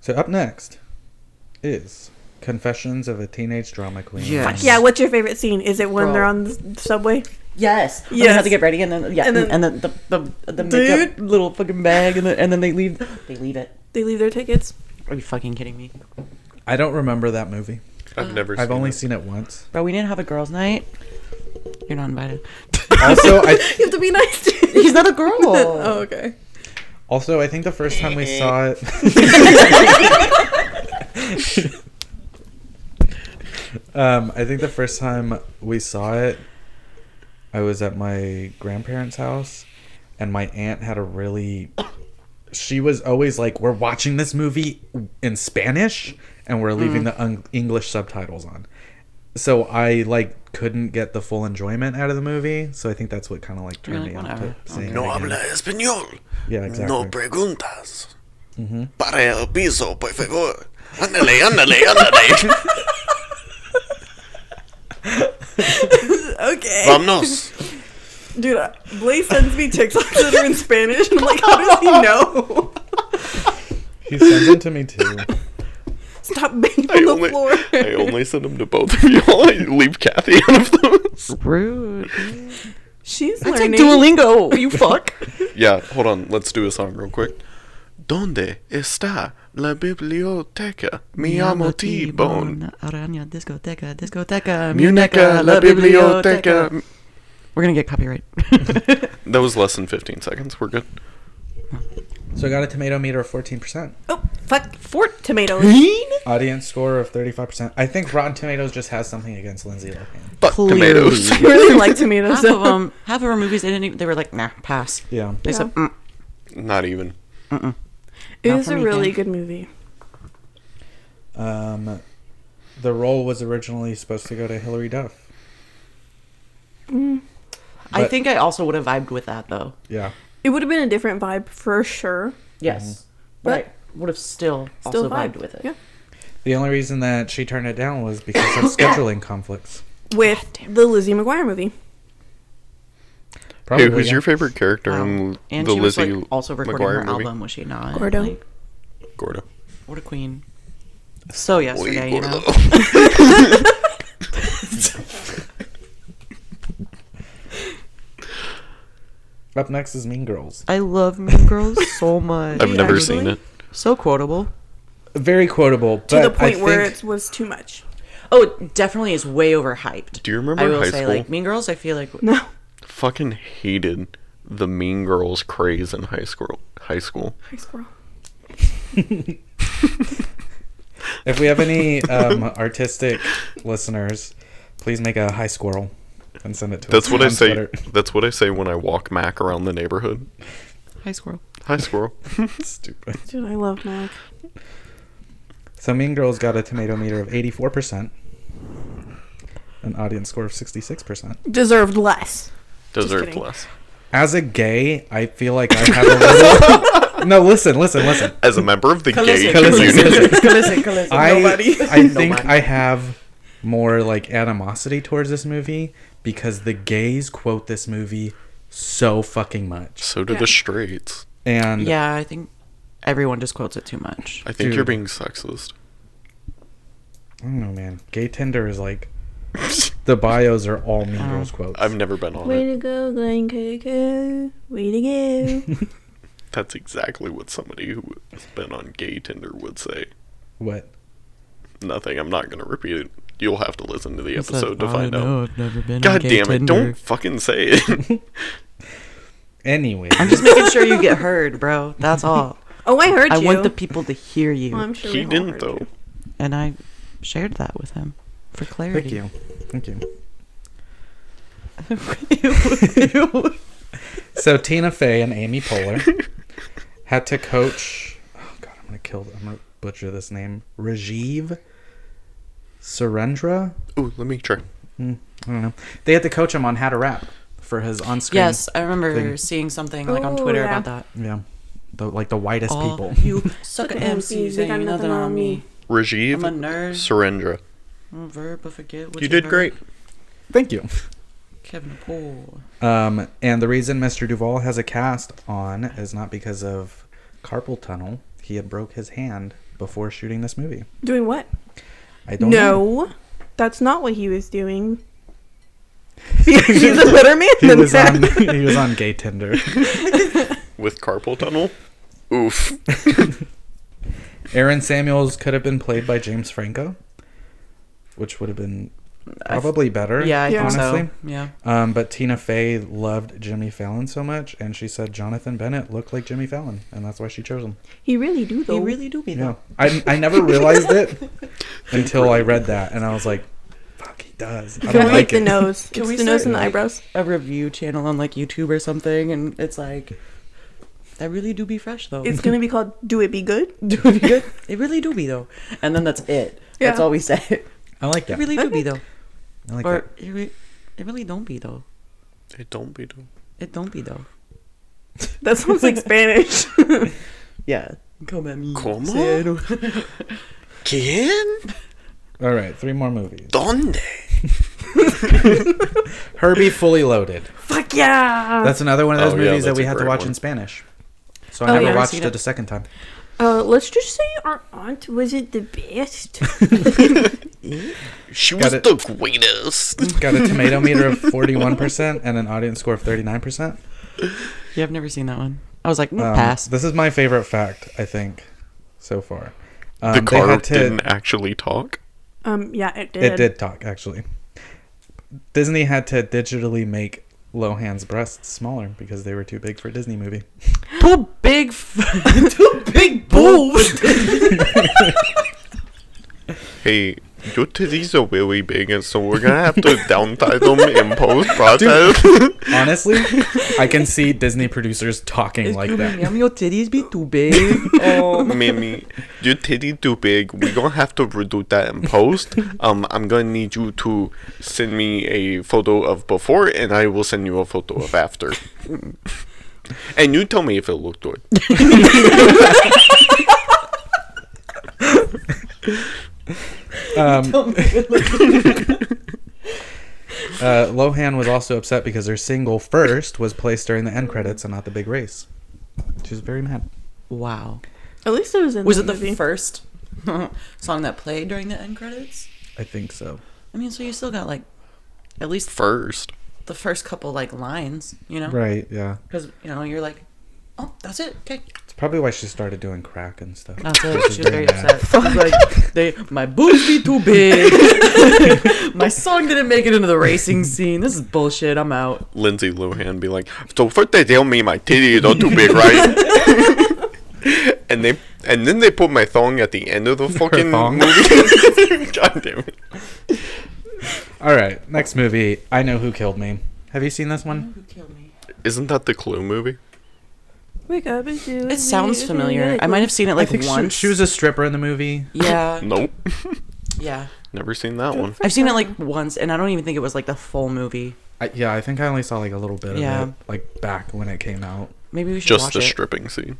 Speaker 2: So up next is Confessions of a Teenage Drama Queen.
Speaker 4: Yes.
Speaker 3: Yeah, what's your favorite scene? Is it when
Speaker 4: Bro.
Speaker 3: they're on the subway?
Speaker 4: Yes. Yeah.
Speaker 3: Yes.
Speaker 4: have to get ready, and then yeah,
Speaker 3: And
Speaker 4: and
Speaker 3: then-
Speaker 4: then, the the the makeup little fucking bag, [LAUGHS] and then and then
Speaker 2: [LAUGHS]
Speaker 4: they leave. They leave it.
Speaker 3: They leave their tickets.
Speaker 4: Are you fucking kidding me,
Speaker 2: I don't remember that movie.
Speaker 5: I've never.
Speaker 2: I've
Speaker 5: seen
Speaker 2: only
Speaker 5: it.
Speaker 2: seen it once.
Speaker 4: bro? We didn't have a girls' night. You're not invited.
Speaker 2: Also, I
Speaker 3: You have to be nice to
Speaker 4: He's not a girl.
Speaker 3: [LAUGHS]
Speaker 4: [LAUGHS]
Speaker 3: Oh, okay.
Speaker 2: also I think the first time we saw
Speaker 4: Eh.
Speaker 2: it. [LAUGHS] um, I think the first time we saw it, I was at my grandparents' house, and my aunt had a really. She was always like, "We're watching this movie in Spanish, and we're leaving
Speaker 4: Mm.
Speaker 2: the un- English subtitles on." So I like couldn't get the full enjoyment out of the movie. So I think that's what kind of like turned
Speaker 4: like,
Speaker 2: me on
Speaker 4: "Whatever,
Speaker 2: to seeing
Speaker 6: No
Speaker 2: it again.
Speaker 6: habla español.
Speaker 2: Yeah,
Speaker 6: No
Speaker 2: exactly.
Speaker 6: preguntas. Para el piso, por favor. Ándale, ándale, ándale.
Speaker 3: Okay.
Speaker 6: Vámonos.
Speaker 3: Dude, uh, Blaze sends me TikToks that are in Spanish, and I'm like, how does he know?
Speaker 2: he sends them to me too.
Speaker 3: Stop banging
Speaker 5: I
Speaker 3: on the
Speaker 5: only,
Speaker 3: floor.
Speaker 5: I only send them to both of y'all. I leave Kathy [LAUGHS] out of those.
Speaker 4: Rude.
Speaker 3: She's
Speaker 4: It's like
Speaker 3: learning.
Speaker 4: Duolingo. You fuck.
Speaker 5: Yeah, hold on. Let's do a song real quick.
Speaker 6: ¿Dónde está la biblioteca? Mi amo T-Bone.
Speaker 4: Araña discoteca, discoteca,
Speaker 6: Muneca, la biblioteca.
Speaker 4: We're gonna get copyright. [LAUGHS]
Speaker 5: That was less than 15 seconds. We're good.
Speaker 2: [LAUGHS] So I got a tomato meter of 14%.
Speaker 3: Oh, fuck. Fort tomatoes.
Speaker 2: Audience score of 35%. I think Rotten Tomatoes just has something against Lindsay Lohan.
Speaker 5: Fuck
Speaker 4: Clearly.
Speaker 5: tomatoes.
Speaker 3: I [LAUGHS] really like tomatoes.
Speaker 4: half of them, half of our movies, they didn't. Even, they were like, nah, pass.
Speaker 2: Yeah.
Speaker 4: They said, mm,
Speaker 5: Not even.
Speaker 3: It
Speaker 4: Not
Speaker 3: was
Speaker 4: for
Speaker 3: a
Speaker 4: me,
Speaker 3: really
Speaker 4: Dan.
Speaker 3: good movie.
Speaker 2: Um, the role was originally supposed to go to Hilary Duff.
Speaker 4: I
Speaker 2: But-
Speaker 4: think I also would have vibed with that though.
Speaker 2: Yeah.
Speaker 3: It would have been a different vibe for sure.
Speaker 4: Yes,
Speaker 3: But-
Speaker 4: but I would have still,
Speaker 3: Still
Speaker 4: also vibed with it.
Speaker 3: Yeah.
Speaker 2: The only reason that she turned it down was because [COUGHS] of scheduling conflicts.
Speaker 3: With the Lizzie McGuire movie.
Speaker 2: Probably.
Speaker 5: Who's
Speaker 2: Oh, yeah.
Speaker 5: your favorite character
Speaker 4: Um,
Speaker 5: in
Speaker 4: and
Speaker 5: the
Speaker 4: she
Speaker 5: Lizzie
Speaker 4: was like also recording
Speaker 5: McGuire
Speaker 4: her
Speaker 5: movie?
Speaker 4: album, was she not?
Speaker 3: Gordo.
Speaker 4: Like,
Speaker 5: Gordo.
Speaker 4: what a queen. So yesterday, you know.
Speaker 2: Up next is Mean Girls.
Speaker 4: I love Mean Girls so much.
Speaker 5: [LAUGHS] I've never
Speaker 3: actually?
Speaker 5: seen it.
Speaker 4: so quotable.
Speaker 2: Very quotable, but
Speaker 3: To the
Speaker 2: I
Speaker 3: point
Speaker 2: think
Speaker 3: where it was too much.
Speaker 4: Oh, it definitely is way overhyped.
Speaker 5: Do you remember
Speaker 4: I will
Speaker 5: high
Speaker 4: say,
Speaker 5: school?
Speaker 4: like Mean Girls, I feel like
Speaker 3: No.
Speaker 5: Fucking hated the Mean Girls craze in high school. High school.
Speaker 3: Hi, squirrel.
Speaker 2: if we have [LAUGHS] any um, artistic listeners, please make a high squirrel and send it to us.
Speaker 5: That's what I
Speaker 2: on
Speaker 5: say.
Speaker 2: Twitter. [LAUGHS]
Speaker 5: That's what I say when I walk Mac around the neighborhood.
Speaker 4: High Squirrel. [LAUGHS]
Speaker 5: Hi, squirrel.
Speaker 2: Stupid.
Speaker 3: Dude, I love Mac.
Speaker 2: So Mean Girls got a tomato meter of 84%, an audience score of 66%.
Speaker 3: Deserved less.
Speaker 5: Deserved
Speaker 3: kidding.
Speaker 5: less.
Speaker 2: As a gay, I feel like I have a little. no, listen, listen, listen.
Speaker 5: As a member of the gay
Speaker 2: Listen,
Speaker 5: community,
Speaker 2: listen, I,
Speaker 4: [LAUGHS]
Speaker 2: I think I have more like animosity towards this movie because the gays quote this movie so fucking much.
Speaker 5: [LAUGHS] so do
Speaker 3: Yeah.
Speaker 5: the straights.
Speaker 2: And
Speaker 4: Yeah, I think everyone just quotes it too much.
Speaker 5: I think
Speaker 2: Dude.
Speaker 5: you're being sexist.
Speaker 2: I don't know, man. Gay Tinder is like. The bios are all
Speaker 4: Um,
Speaker 2: Mean Girls quotes.
Speaker 5: I've never been on
Speaker 3: Way
Speaker 5: it.
Speaker 3: to go, Glen Coco. Way to [LAUGHS] go.
Speaker 5: That's exactly what somebody who has been on gay Tinder would say.
Speaker 2: what?
Speaker 5: Nothing. I'm not gonna repeat it. You'll have to listen to the episode to find out.
Speaker 4: I've never been
Speaker 5: God damn it! Don't fucking say it.
Speaker 2: Anyway,
Speaker 4: Just making sure you get heard, bro. That's [LAUGHS] all.
Speaker 3: oh, I heard
Speaker 4: I
Speaker 3: you.
Speaker 4: want the people to hear you,
Speaker 3: Well, I'm sure we
Speaker 5: he
Speaker 3: all
Speaker 5: didn't
Speaker 3: heard
Speaker 5: though.
Speaker 4: and I shared that with him for
Speaker 2: thank
Speaker 4: clarity.
Speaker 2: you, thank you.
Speaker 4: you.
Speaker 2: [LAUGHS] So Tina Fey and Amy Poehler had to coach. Oh God, I'm gonna kill. I'm gonna butcher this name. Rajiv Surendra.
Speaker 5: Ooh, let me try.
Speaker 2: I don't know. They had to coach him on how to rap for his
Speaker 4: [LAUGHS]
Speaker 2: on-screen.
Speaker 4: yes, I remember
Speaker 2: Thing.
Speaker 4: seeing something like on
Speaker 3: Oh,
Speaker 4: Twitter
Speaker 3: yeah.
Speaker 4: about that.
Speaker 2: Yeah. The, like the whitest
Speaker 4: All
Speaker 2: people.
Speaker 5: [LAUGHS]
Speaker 4: you suck at MCs, they got nothing on me.
Speaker 5: Rajiv
Speaker 4: I'm a nerd.
Speaker 5: Surendra.
Speaker 4: I'm a verb, I forget what
Speaker 5: You did great.
Speaker 2: Thank you.
Speaker 4: Kevin Poole.
Speaker 2: Um, and the reason Mr. Duvall has a cast on is not because of carpal tunnel. He had broke his hand before shooting this movie.
Speaker 3: Doing what?
Speaker 2: I don't know.
Speaker 3: No, that's not what he was doing. [LAUGHS] He's a better man
Speaker 2: He
Speaker 3: than
Speaker 2: was
Speaker 3: that.
Speaker 2: on he was on gay Tinder.
Speaker 5: With carpal tunnel? Oof.
Speaker 2: Aaron Samuels could have been played by James Franco, which would have been probably better.
Speaker 4: Yeah, I
Speaker 3: Yeah.
Speaker 4: think so.
Speaker 2: Honestly.
Speaker 4: Yeah.
Speaker 2: Um, but Tina Fey loved Jimmy Fallon so much, and she said Jonathan Bennett looked like Jimmy Fallon, and that's why she chose him.
Speaker 3: He really do though.
Speaker 4: do be
Speaker 2: Yeah, I, I never realized it
Speaker 5: [LAUGHS]
Speaker 2: until I read that, and I was like, "Fuck, he does."
Speaker 3: Can
Speaker 2: I don't
Speaker 3: we
Speaker 2: like
Speaker 3: the
Speaker 2: it.
Speaker 3: nose?
Speaker 4: Can
Speaker 3: it's
Speaker 4: we
Speaker 3: the nose and
Speaker 4: start-
Speaker 3: the eyebrows.
Speaker 4: A review channel on like YouTube or something, and it's like, that really do be fresh though.
Speaker 3: [LAUGHS]
Speaker 4: [LAUGHS]
Speaker 3: It's gonna be called [LAUGHS] "Do It Be Good."
Speaker 4: do be good. It really do be though. And then that's it. That's
Speaker 3: Yeah.
Speaker 4: all we say. [LAUGHS] It
Speaker 2: I like that.
Speaker 4: really do be though.
Speaker 2: I like
Speaker 4: Or
Speaker 2: that.
Speaker 4: it, re- it really don't be though.
Speaker 5: It don't be doing.
Speaker 4: It don't be though.
Speaker 3: That sounds like Spanish.
Speaker 4: Yeah. Come at me.
Speaker 6: Como?
Speaker 4: Cero.
Speaker 6: ¿Quién?
Speaker 2: All right, three more movies.
Speaker 6: ¿Dónde?
Speaker 2: Herbie Fully Loaded.
Speaker 3: [LAUGHS] Fuck yeah!
Speaker 2: That's another one of those
Speaker 5: Oh, yeah,
Speaker 2: movies that
Speaker 5: that's
Speaker 2: we
Speaker 5: a
Speaker 2: had to
Speaker 5: great
Speaker 2: watch
Speaker 5: one.
Speaker 2: in Spanish. So
Speaker 4: Oh,
Speaker 2: I
Speaker 4: yeah.
Speaker 2: never
Speaker 4: I've
Speaker 2: watched
Speaker 4: seen
Speaker 2: it
Speaker 4: it.
Speaker 2: a second time.
Speaker 3: Uh, let's just say our aunt wasn't the [LAUGHS] best.
Speaker 6: She
Speaker 2: Got
Speaker 6: was
Speaker 2: it.
Speaker 6: the greatest.
Speaker 2: Got [LAUGHS] a tomato meter of 41% and an audience score of 39%.
Speaker 4: [LAUGHS] Yeah, I've never seen that one. I was like, mm,
Speaker 2: Um,
Speaker 4: pass.
Speaker 2: This is my favorite fact, I think, so far. Um,
Speaker 5: The
Speaker 2: they
Speaker 5: car
Speaker 2: had to-
Speaker 5: didn't actually talk.
Speaker 3: um, yeah, it did.
Speaker 2: It did talk, actually. Disney had to digitally make Lohan's breasts smaller because they were too big for a Disney movie.
Speaker 4: Two big, f- [LAUGHS] two big boobs.
Speaker 5: Hey, your titties are really big, and so we're gonna have to downsize them in post process.
Speaker 2: Honestly, I can see Disney producers talking like
Speaker 4: Excuse me,
Speaker 2: that.
Speaker 4: ma'am, Your titties be too big. Oh,
Speaker 5: Mimi, your titty too big. We're gonna have to redo that in post. Um, I'm gonna need you to send me a photo of before, and I will send you a photo of after. and you tell me if it looked good.
Speaker 2: Um, uh, Lohan was also upset because her single first was placed during the end credits and not the big race. She was very mad.
Speaker 4: wow.
Speaker 3: At least it was in
Speaker 4: Was
Speaker 3: the
Speaker 4: it the
Speaker 3: movie.
Speaker 4: first [LAUGHS] song that played during the end credits?
Speaker 2: I think so.
Speaker 4: I mean, so you still got like at least
Speaker 5: First,
Speaker 4: the first couple like lines, you know?
Speaker 2: Right, yeah.
Speaker 4: Because you know you're like, oh, that's it.
Speaker 5: [LAUGHS]
Speaker 4: Okay,
Speaker 2: It's probably why she started doing crack and stuff.
Speaker 4: that's it. Oh, She was very
Speaker 2: very bad.
Speaker 4: upset. She was like, they, my boobs be too
Speaker 2: [LAUGHS]
Speaker 4: big. my song didn't make it into the racing scene. This is bullshit. I'm out.
Speaker 5: Lindsay Lohan be like, "So first they tell me my titties are too big, right?" [LAUGHS] and they and then they put my thong at the end of the fucking
Speaker 2: thong?
Speaker 5: movie. [LAUGHS] God damn it.
Speaker 2: [LAUGHS] All right, next movie. I know who killed me. Have you seen this one?
Speaker 4: Who killed me?
Speaker 5: Isn't that the Clue movie?
Speaker 3: Wake up and do
Speaker 4: It sounds familiar. I might have seen it like
Speaker 2: I think she,
Speaker 4: once.
Speaker 2: she was a stripper in the movie. [LAUGHS]
Speaker 4: yeah,
Speaker 5: Nope,
Speaker 4: yeah.
Speaker 5: never seen that one.
Speaker 4: I've seen it like once, and I don't even think it was like the full movie.
Speaker 2: I, yeah, I think I only saw like a little bit
Speaker 4: Yeah.
Speaker 2: of it, like back when it came out.
Speaker 4: Maybe we should
Speaker 5: Just
Speaker 4: watch
Speaker 5: the
Speaker 4: it.
Speaker 5: stripping scene.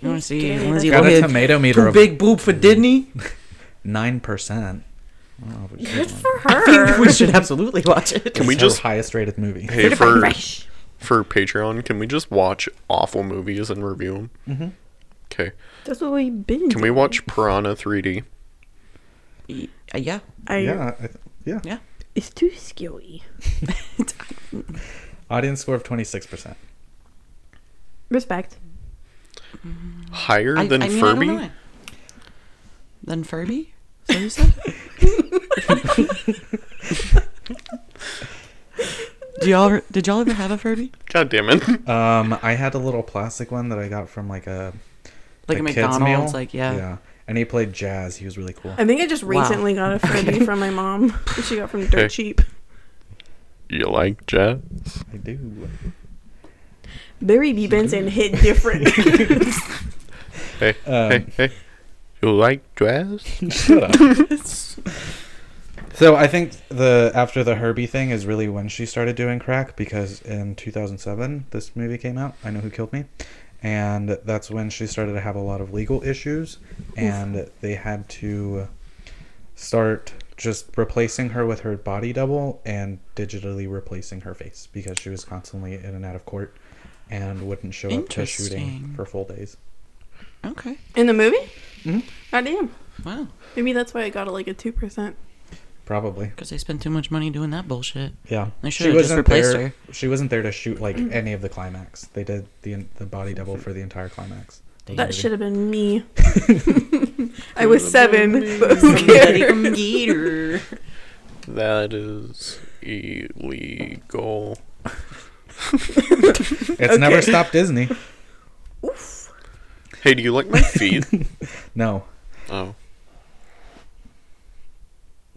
Speaker 4: You want to see
Speaker 3: Damn.
Speaker 4: Lindsay
Speaker 2: Got a
Speaker 4: Lohan?
Speaker 2: tomato meter
Speaker 4: Too
Speaker 2: of
Speaker 4: big boob for Disney.
Speaker 2: [LAUGHS] nine percent. Wow, which is one-
Speaker 3: for
Speaker 4: I think
Speaker 3: her.
Speaker 4: we should absolutely watch it.
Speaker 5: Can we
Speaker 2: it's her
Speaker 5: just-
Speaker 2: highest rated movie?
Speaker 5: Hey, for for Patreon, can we just watch awful movies and review them?
Speaker 4: Mm-hmm.
Speaker 5: Okay.
Speaker 3: That's what we've been.
Speaker 5: Can we watch Piranha 3D?
Speaker 4: Y- uh, [LAUGHS]
Speaker 5: [LAUGHS]
Speaker 4: Yeah,
Speaker 3: I,
Speaker 2: Yeah, I th- yeah.
Speaker 4: Yeah.
Speaker 3: It's too skilly.
Speaker 2: Audience score of twenty six percent.
Speaker 3: Respect.
Speaker 5: Higher
Speaker 4: I-
Speaker 5: than
Speaker 4: I mean, I don't
Speaker 5: Furby?
Speaker 4: know. Than Furby? Is that what you said? [LAUGHS] Do y'all did y'all ever have a Furby?
Speaker 5: God damn it. [LAUGHS]
Speaker 2: Um, I had a little plastic one that I got from like a
Speaker 4: Like a
Speaker 2: a kid's meal.
Speaker 4: McDonald's, like yeah.
Speaker 2: yeah. And he played jazz. He was really cool.
Speaker 3: I think I just
Speaker 4: Wow.
Speaker 3: recently
Speaker 4: [LAUGHS]
Speaker 3: got a Furby from my mom. that She got from Dirt
Speaker 5: Okay.
Speaker 3: Cheap.
Speaker 5: You like jazz?
Speaker 2: I do.
Speaker 3: Barry Beebens and hit
Speaker 5: [LAUGHS]
Speaker 3: different. [LAUGHS]
Speaker 5: Hey, hey,
Speaker 4: Um,
Speaker 5: hey. You like jazz?
Speaker 2: So I think the after the Herbie thing is really when she started doing crack because in 2007 this movie came out. I know who killed me, and that's when she started to have a lot of legal issues, and they had to start just replacing her with her body double and digitally replacing her face because she was constantly in and out of court and wouldn't show up to shooting
Speaker 4: Interesting.
Speaker 2: for full days.
Speaker 4: [LAUGHS] Okay.
Speaker 3: In the movie?
Speaker 5: Hmm?
Speaker 2: Mhm.
Speaker 3: God damn.
Speaker 4: Wow.
Speaker 3: Maybe that's why I got it like a 2%.
Speaker 2: Probably.
Speaker 4: Because they spent too much money doing that bullshit.
Speaker 2: Yeah.
Speaker 4: They should've just replaced
Speaker 2: there. She wasn't there to shoot like any of the climax. They did the the body double for the
Speaker 4: [LAUGHS]
Speaker 2: entire climax.
Speaker 3: That should have been me. I was seven, but [LAUGHS] who
Speaker 4: Somebody
Speaker 3: cares?
Speaker 4: come get her.
Speaker 5: That is illegal.
Speaker 2: It's never
Speaker 4: [LAUGHS]
Speaker 2: stopped Disney.
Speaker 5: Hey, do you like
Speaker 4: [LAUGHS]
Speaker 5: my feet?
Speaker 2: No,
Speaker 5: oh.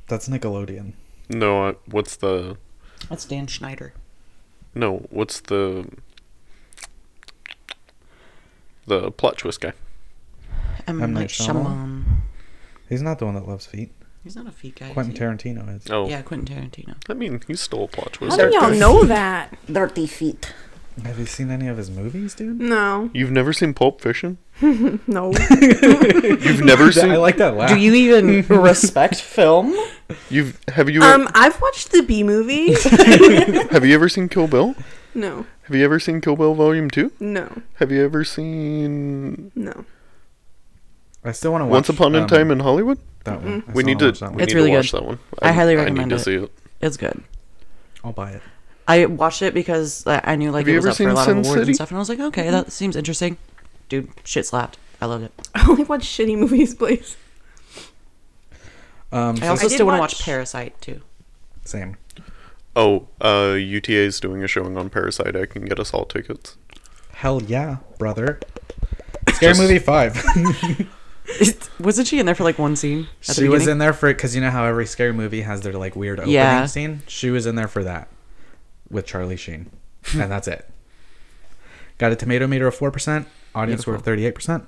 Speaker 2: that's Nickelodeon.
Speaker 5: No, I, what's the.
Speaker 4: That's Dan Schneider.
Speaker 5: No, what's the. The plot twist guy?
Speaker 4: M.
Speaker 2: M. Night
Speaker 4: Night Shyamalan.
Speaker 2: He's not the one that loves feet.
Speaker 4: He's not a feet guy. is
Speaker 2: Quentin
Speaker 4: he?
Speaker 2: Tarantino is.
Speaker 5: Oh.
Speaker 4: Yeah, Quentin Tarantino.
Speaker 5: I mean, he stole a plot twist.
Speaker 3: How do y'all
Speaker 5: guy.
Speaker 3: know that?
Speaker 7: Dirty feet.
Speaker 2: Have you seen any of his movies, dude?
Speaker 3: No,
Speaker 5: You've never seen Pulp
Speaker 2: [LAUGHS]
Speaker 5: Fiction? [LAUGHS]
Speaker 3: no.
Speaker 5: You've never seen.
Speaker 2: I like that laugh.
Speaker 4: Do you even [LAUGHS] respect film?
Speaker 5: You've have you
Speaker 3: Um, I've watched the B
Speaker 4: [LAUGHS]
Speaker 3: movie.
Speaker 5: have you ever seen Kill Bill?
Speaker 3: No,
Speaker 5: Have you ever seen Kill Bill Volume Two?
Speaker 3: no,
Speaker 5: Have you ever seen
Speaker 3: no.
Speaker 2: I still want to watch
Speaker 5: Once Upon a
Speaker 2: um,
Speaker 5: Time in Hollywood?
Speaker 2: That one. I
Speaker 5: We
Speaker 2: still
Speaker 5: need
Speaker 2: wanna
Speaker 5: to
Speaker 2: watch that
Speaker 5: we
Speaker 2: one.
Speaker 4: It's
Speaker 5: need
Speaker 4: really
Speaker 5: to watch
Speaker 4: good.
Speaker 5: that one.
Speaker 4: I highly
Speaker 5: I
Speaker 4: recommend
Speaker 5: need to
Speaker 4: it.
Speaker 5: see it.
Speaker 4: It's good.
Speaker 2: I'll buy it.
Speaker 4: I watched it because I I knew like
Speaker 5: Have you
Speaker 4: it was
Speaker 5: ever
Speaker 4: up for a
Speaker 5: seen
Speaker 4: lot
Speaker 5: Sin
Speaker 4: of awards
Speaker 5: City?
Speaker 4: and stuff, and I was like, okay,
Speaker 3: Mm-hmm.
Speaker 4: that seems interesting. Dude, shit slapped. I loved it.
Speaker 3: [LAUGHS] I only watch shitty movies, please.
Speaker 2: Um,
Speaker 4: I
Speaker 2: so
Speaker 4: also
Speaker 3: I did
Speaker 4: still want to watch
Speaker 3: watch-
Speaker 4: Parasite too. [LAUGHS]
Speaker 2: same.
Speaker 5: Oh, uh, UTA is doing a showing on Parasite. I can get us all tickets.
Speaker 2: Hell yeah, brother. Scary
Speaker 5: [LAUGHS]
Speaker 2: Movie Five.
Speaker 4: Wasn't she in there for like one scene? At the
Speaker 2: she was
Speaker 4: beginning?
Speaker 2: in there for because you know how every scary movie has their like weird opening
Speaker 4: Yeah.
Speaker 2: scene. She was in there for that with
Speaker 4: [LAUGHS]
Speaker 2: Charlie Sheen, and that's it. Got a tomato meter of four percent, audience score of thirty eight percent.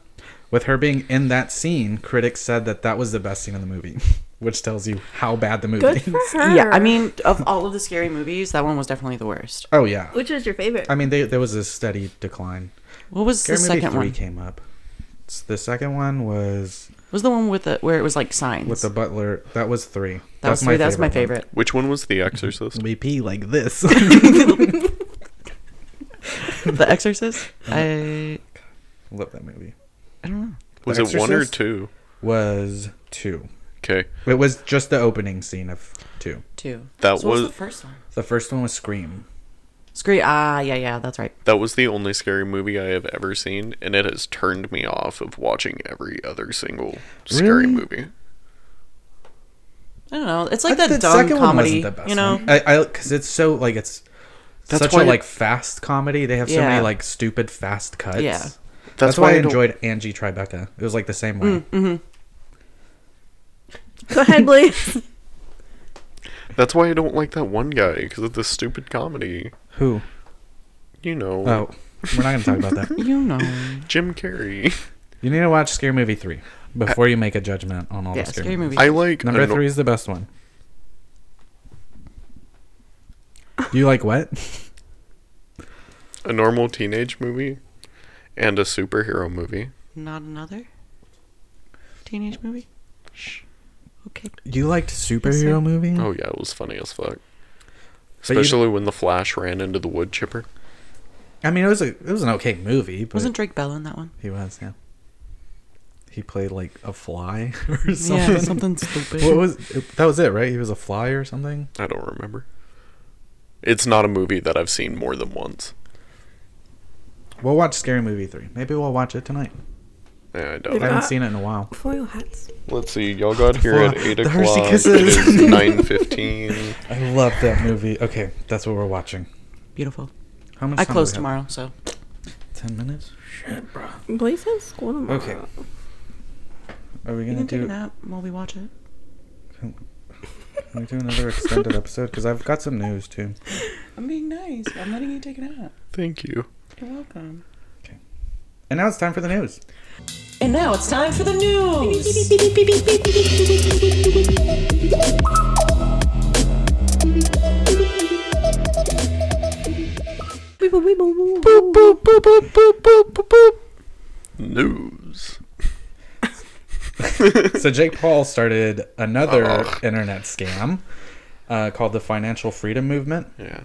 Speaker 2: With her being in that scene, critics said that that was the best scene in the movie, [LAUGHS] which tells you how bad the movie.
Speaker 3: Good
Speaker 2: is.
Speaker 3: for her.
Speaker 4: Yeah, I mean, of all of the scary movies, that one was definitely the worst.
Speaker 2: Oh yeah,
Speaker 3: which is your favorite?
Speaker 2: I mean they, there was a steady decline.
Speaker 4: What was
Speaker 2: Scary
Speaker 4: the
Speaker 2: Movie
Speaker 4: second
Speaker 2: Three
Speaker 4: one?
Speaker 2: came up. S- The second one was
Speaker 4: Was the one with the where it was like signs?
Speaker 2: with the butler. That was three.
Speaker 4: that was three. That's my favorite.
Speaker 5: Which one was The Exorcist?
Speaker 2: One. We pee like this.
Speaker 4: the Exorcist. I
Speaker 2: [LAUGHS] Love that movie.
Speaker 4: I don't know.
Speaker 5: Was it one or
Speaker 2: Exorcist?
Speaker 5: two?
Speaker 2: was two.
Speaker 5: Okay,
Speaker 2: It was just the opening scene of two.
Speaker 4: Two.
Speaker 5: That
Speaker 4: So what
Speaker 5: was-
Speaker 4: the first one.
Speaker 2: The first one was Scream.
Speaker 4: Scream. Ah, yeah, yeah, that's right.
Speaker 5: that was the only scary movie I have ever seen, and it has turned me off of watching every other single scary
Speaker 2: Really?
Speaker 5: movie.
Speaker 4: I don't know. It's like that dumb comedy. you know,
Speaker 2: one. I because it's so like it's
Speaker 5: That's
Speaker 2: such
Speaker 5: why
Speaker 2: a
Speaker 5: it-
Speaker 2: like fast comedy. They have so
Speaker 4: Yeah.
Speaker 2: many like stupid fast cuts.
Speaker 4: Yeah.
Speaker 2: that's,
Speaker 5: That's
Speaker 2: why, I
Speaker 5: don't-
Speaker 2: enjoyed Angie Tribeca. It was like the same
Speaker 4: Mm,
Speaker 2: way.
Speaker 3: Go ahead,
Speaker 2: [LAUGHS]
Speaker 3: Blaze.
Speaker 5: That's why I don't like that one guy because of the stupid comedy.
Speaker 2: Who?
Speaker 5: You know,
Speaker 2: Oh, we're not gonna talk
Speaker 4: [LAUGHS]
Speaker 2: about that.
Speaker 4: you know.
Speaker 5: Jim Carrey.
Speaker 2: [LAUGHS] You need to watch Scary Movie three before you make a judgment on all
Speaker 4: Yeah,
Speaker 2: the
Speaker 4: scary
Speaker 2: scary, movies.
Speaker 4: movie.
Speaker 5: I like
Speaker 2: Number
Speaker 5: ano-
Speaker 2: three is the best one. You like what?
Speaker 5: a normal teenage movie and a superhero movie.
Speaker 4: Not another teenage movie. Shh. Okay.
Speaker 2: You liked superhero movie?
Speaker 5: Oh yeah, it was funny as fuck.
Speaker 2: Mm. But you-
Speaker 5: Especially when the Flash ran into the wood chipper.
Speaker 2: I mean, it was a it was an okay movie, but
Speaker 4: Wasn't Drake Bell in that one?
Speaker 2: he was yeah. He played like a fly [LAUGHS] or something.
Speaker 4: Yeah, something stupid.
Speaker 2: What was that? Was it right? He was a fly or something.
Speaker 5: I don't remember. It's not a movie that I've seen more than once.
Speaker 2: We'll watch Scary Movie three. Maybe we'll watch it tonight.
Speaker 5: Yeah, I
Speaker 2: I
Speaker 5: doubt it.
Speaker 4: Ah.
Speaker 2: haven't
Speaker 3: Uh,
Speaker 2: seen it in a while.
Speaker 3: Foil hats.
Speaker 5: Let's see. Y'all got here at
Speaker 2: Wow,
Speaker 5: eight
Speaker 2: the Hershey
Speaker 5: o'clock. It
Speaker 2: Kisses.
Speaker 5: is nine fifteen.
Speaker 2: I love that movie. Okay, that's what we're watching.
Speaker 4: Beautiful.
Speaker 2: How much?
Speaker 4: I
Speaker 2: time do we
Speaker 4: close
Speaker 2: have?
Speaker 4: tomorrow, so
Speaker 2: Ten minutes.
Speaker 3: Blaze has school tomorrow.
Speaker 2: Okay. Are we
Speaker 4: you
Speaker 2: gonna
Speaker 4: can take a
Speaker 2: do?
Speaker 4: nap while we watch it.
Speaker 2: Can we do another extended episode? Because I've got some news too.
Speaker 4: I'm being nice. I'm letting you take a nap.
Speaker 5: Thank you.
Speaker 4: You're welcome.
Speaker 2: And now it's time for the news.
Speaker 4: And now it's time for the news.
Speaker 5: News.
Speaker 2: So Jake Paul started another internet scam uh, called the Financial Freedom Movement.
Speaker 5: Yeah.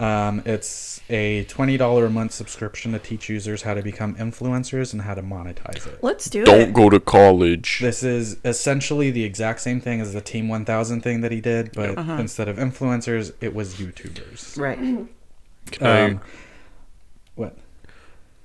Speaker 2: Um, it's a $20 a month subscription to teach users how to become influencers and how to monetize it.
Speaker 3: Let's do
Speaker 6: Don't
Speaker 3: it.
Speaker 6: go to college.
Speaker 2: This is essentially the exact same thing as the Team 1000 thing that he did, but instead of influencers, it was
Speaker 4: [LAUGHS]
Speaker 2: YouTubers.
Speaker 4: Right.
Speaker 5: Can I-
Speaker 2: Um, what?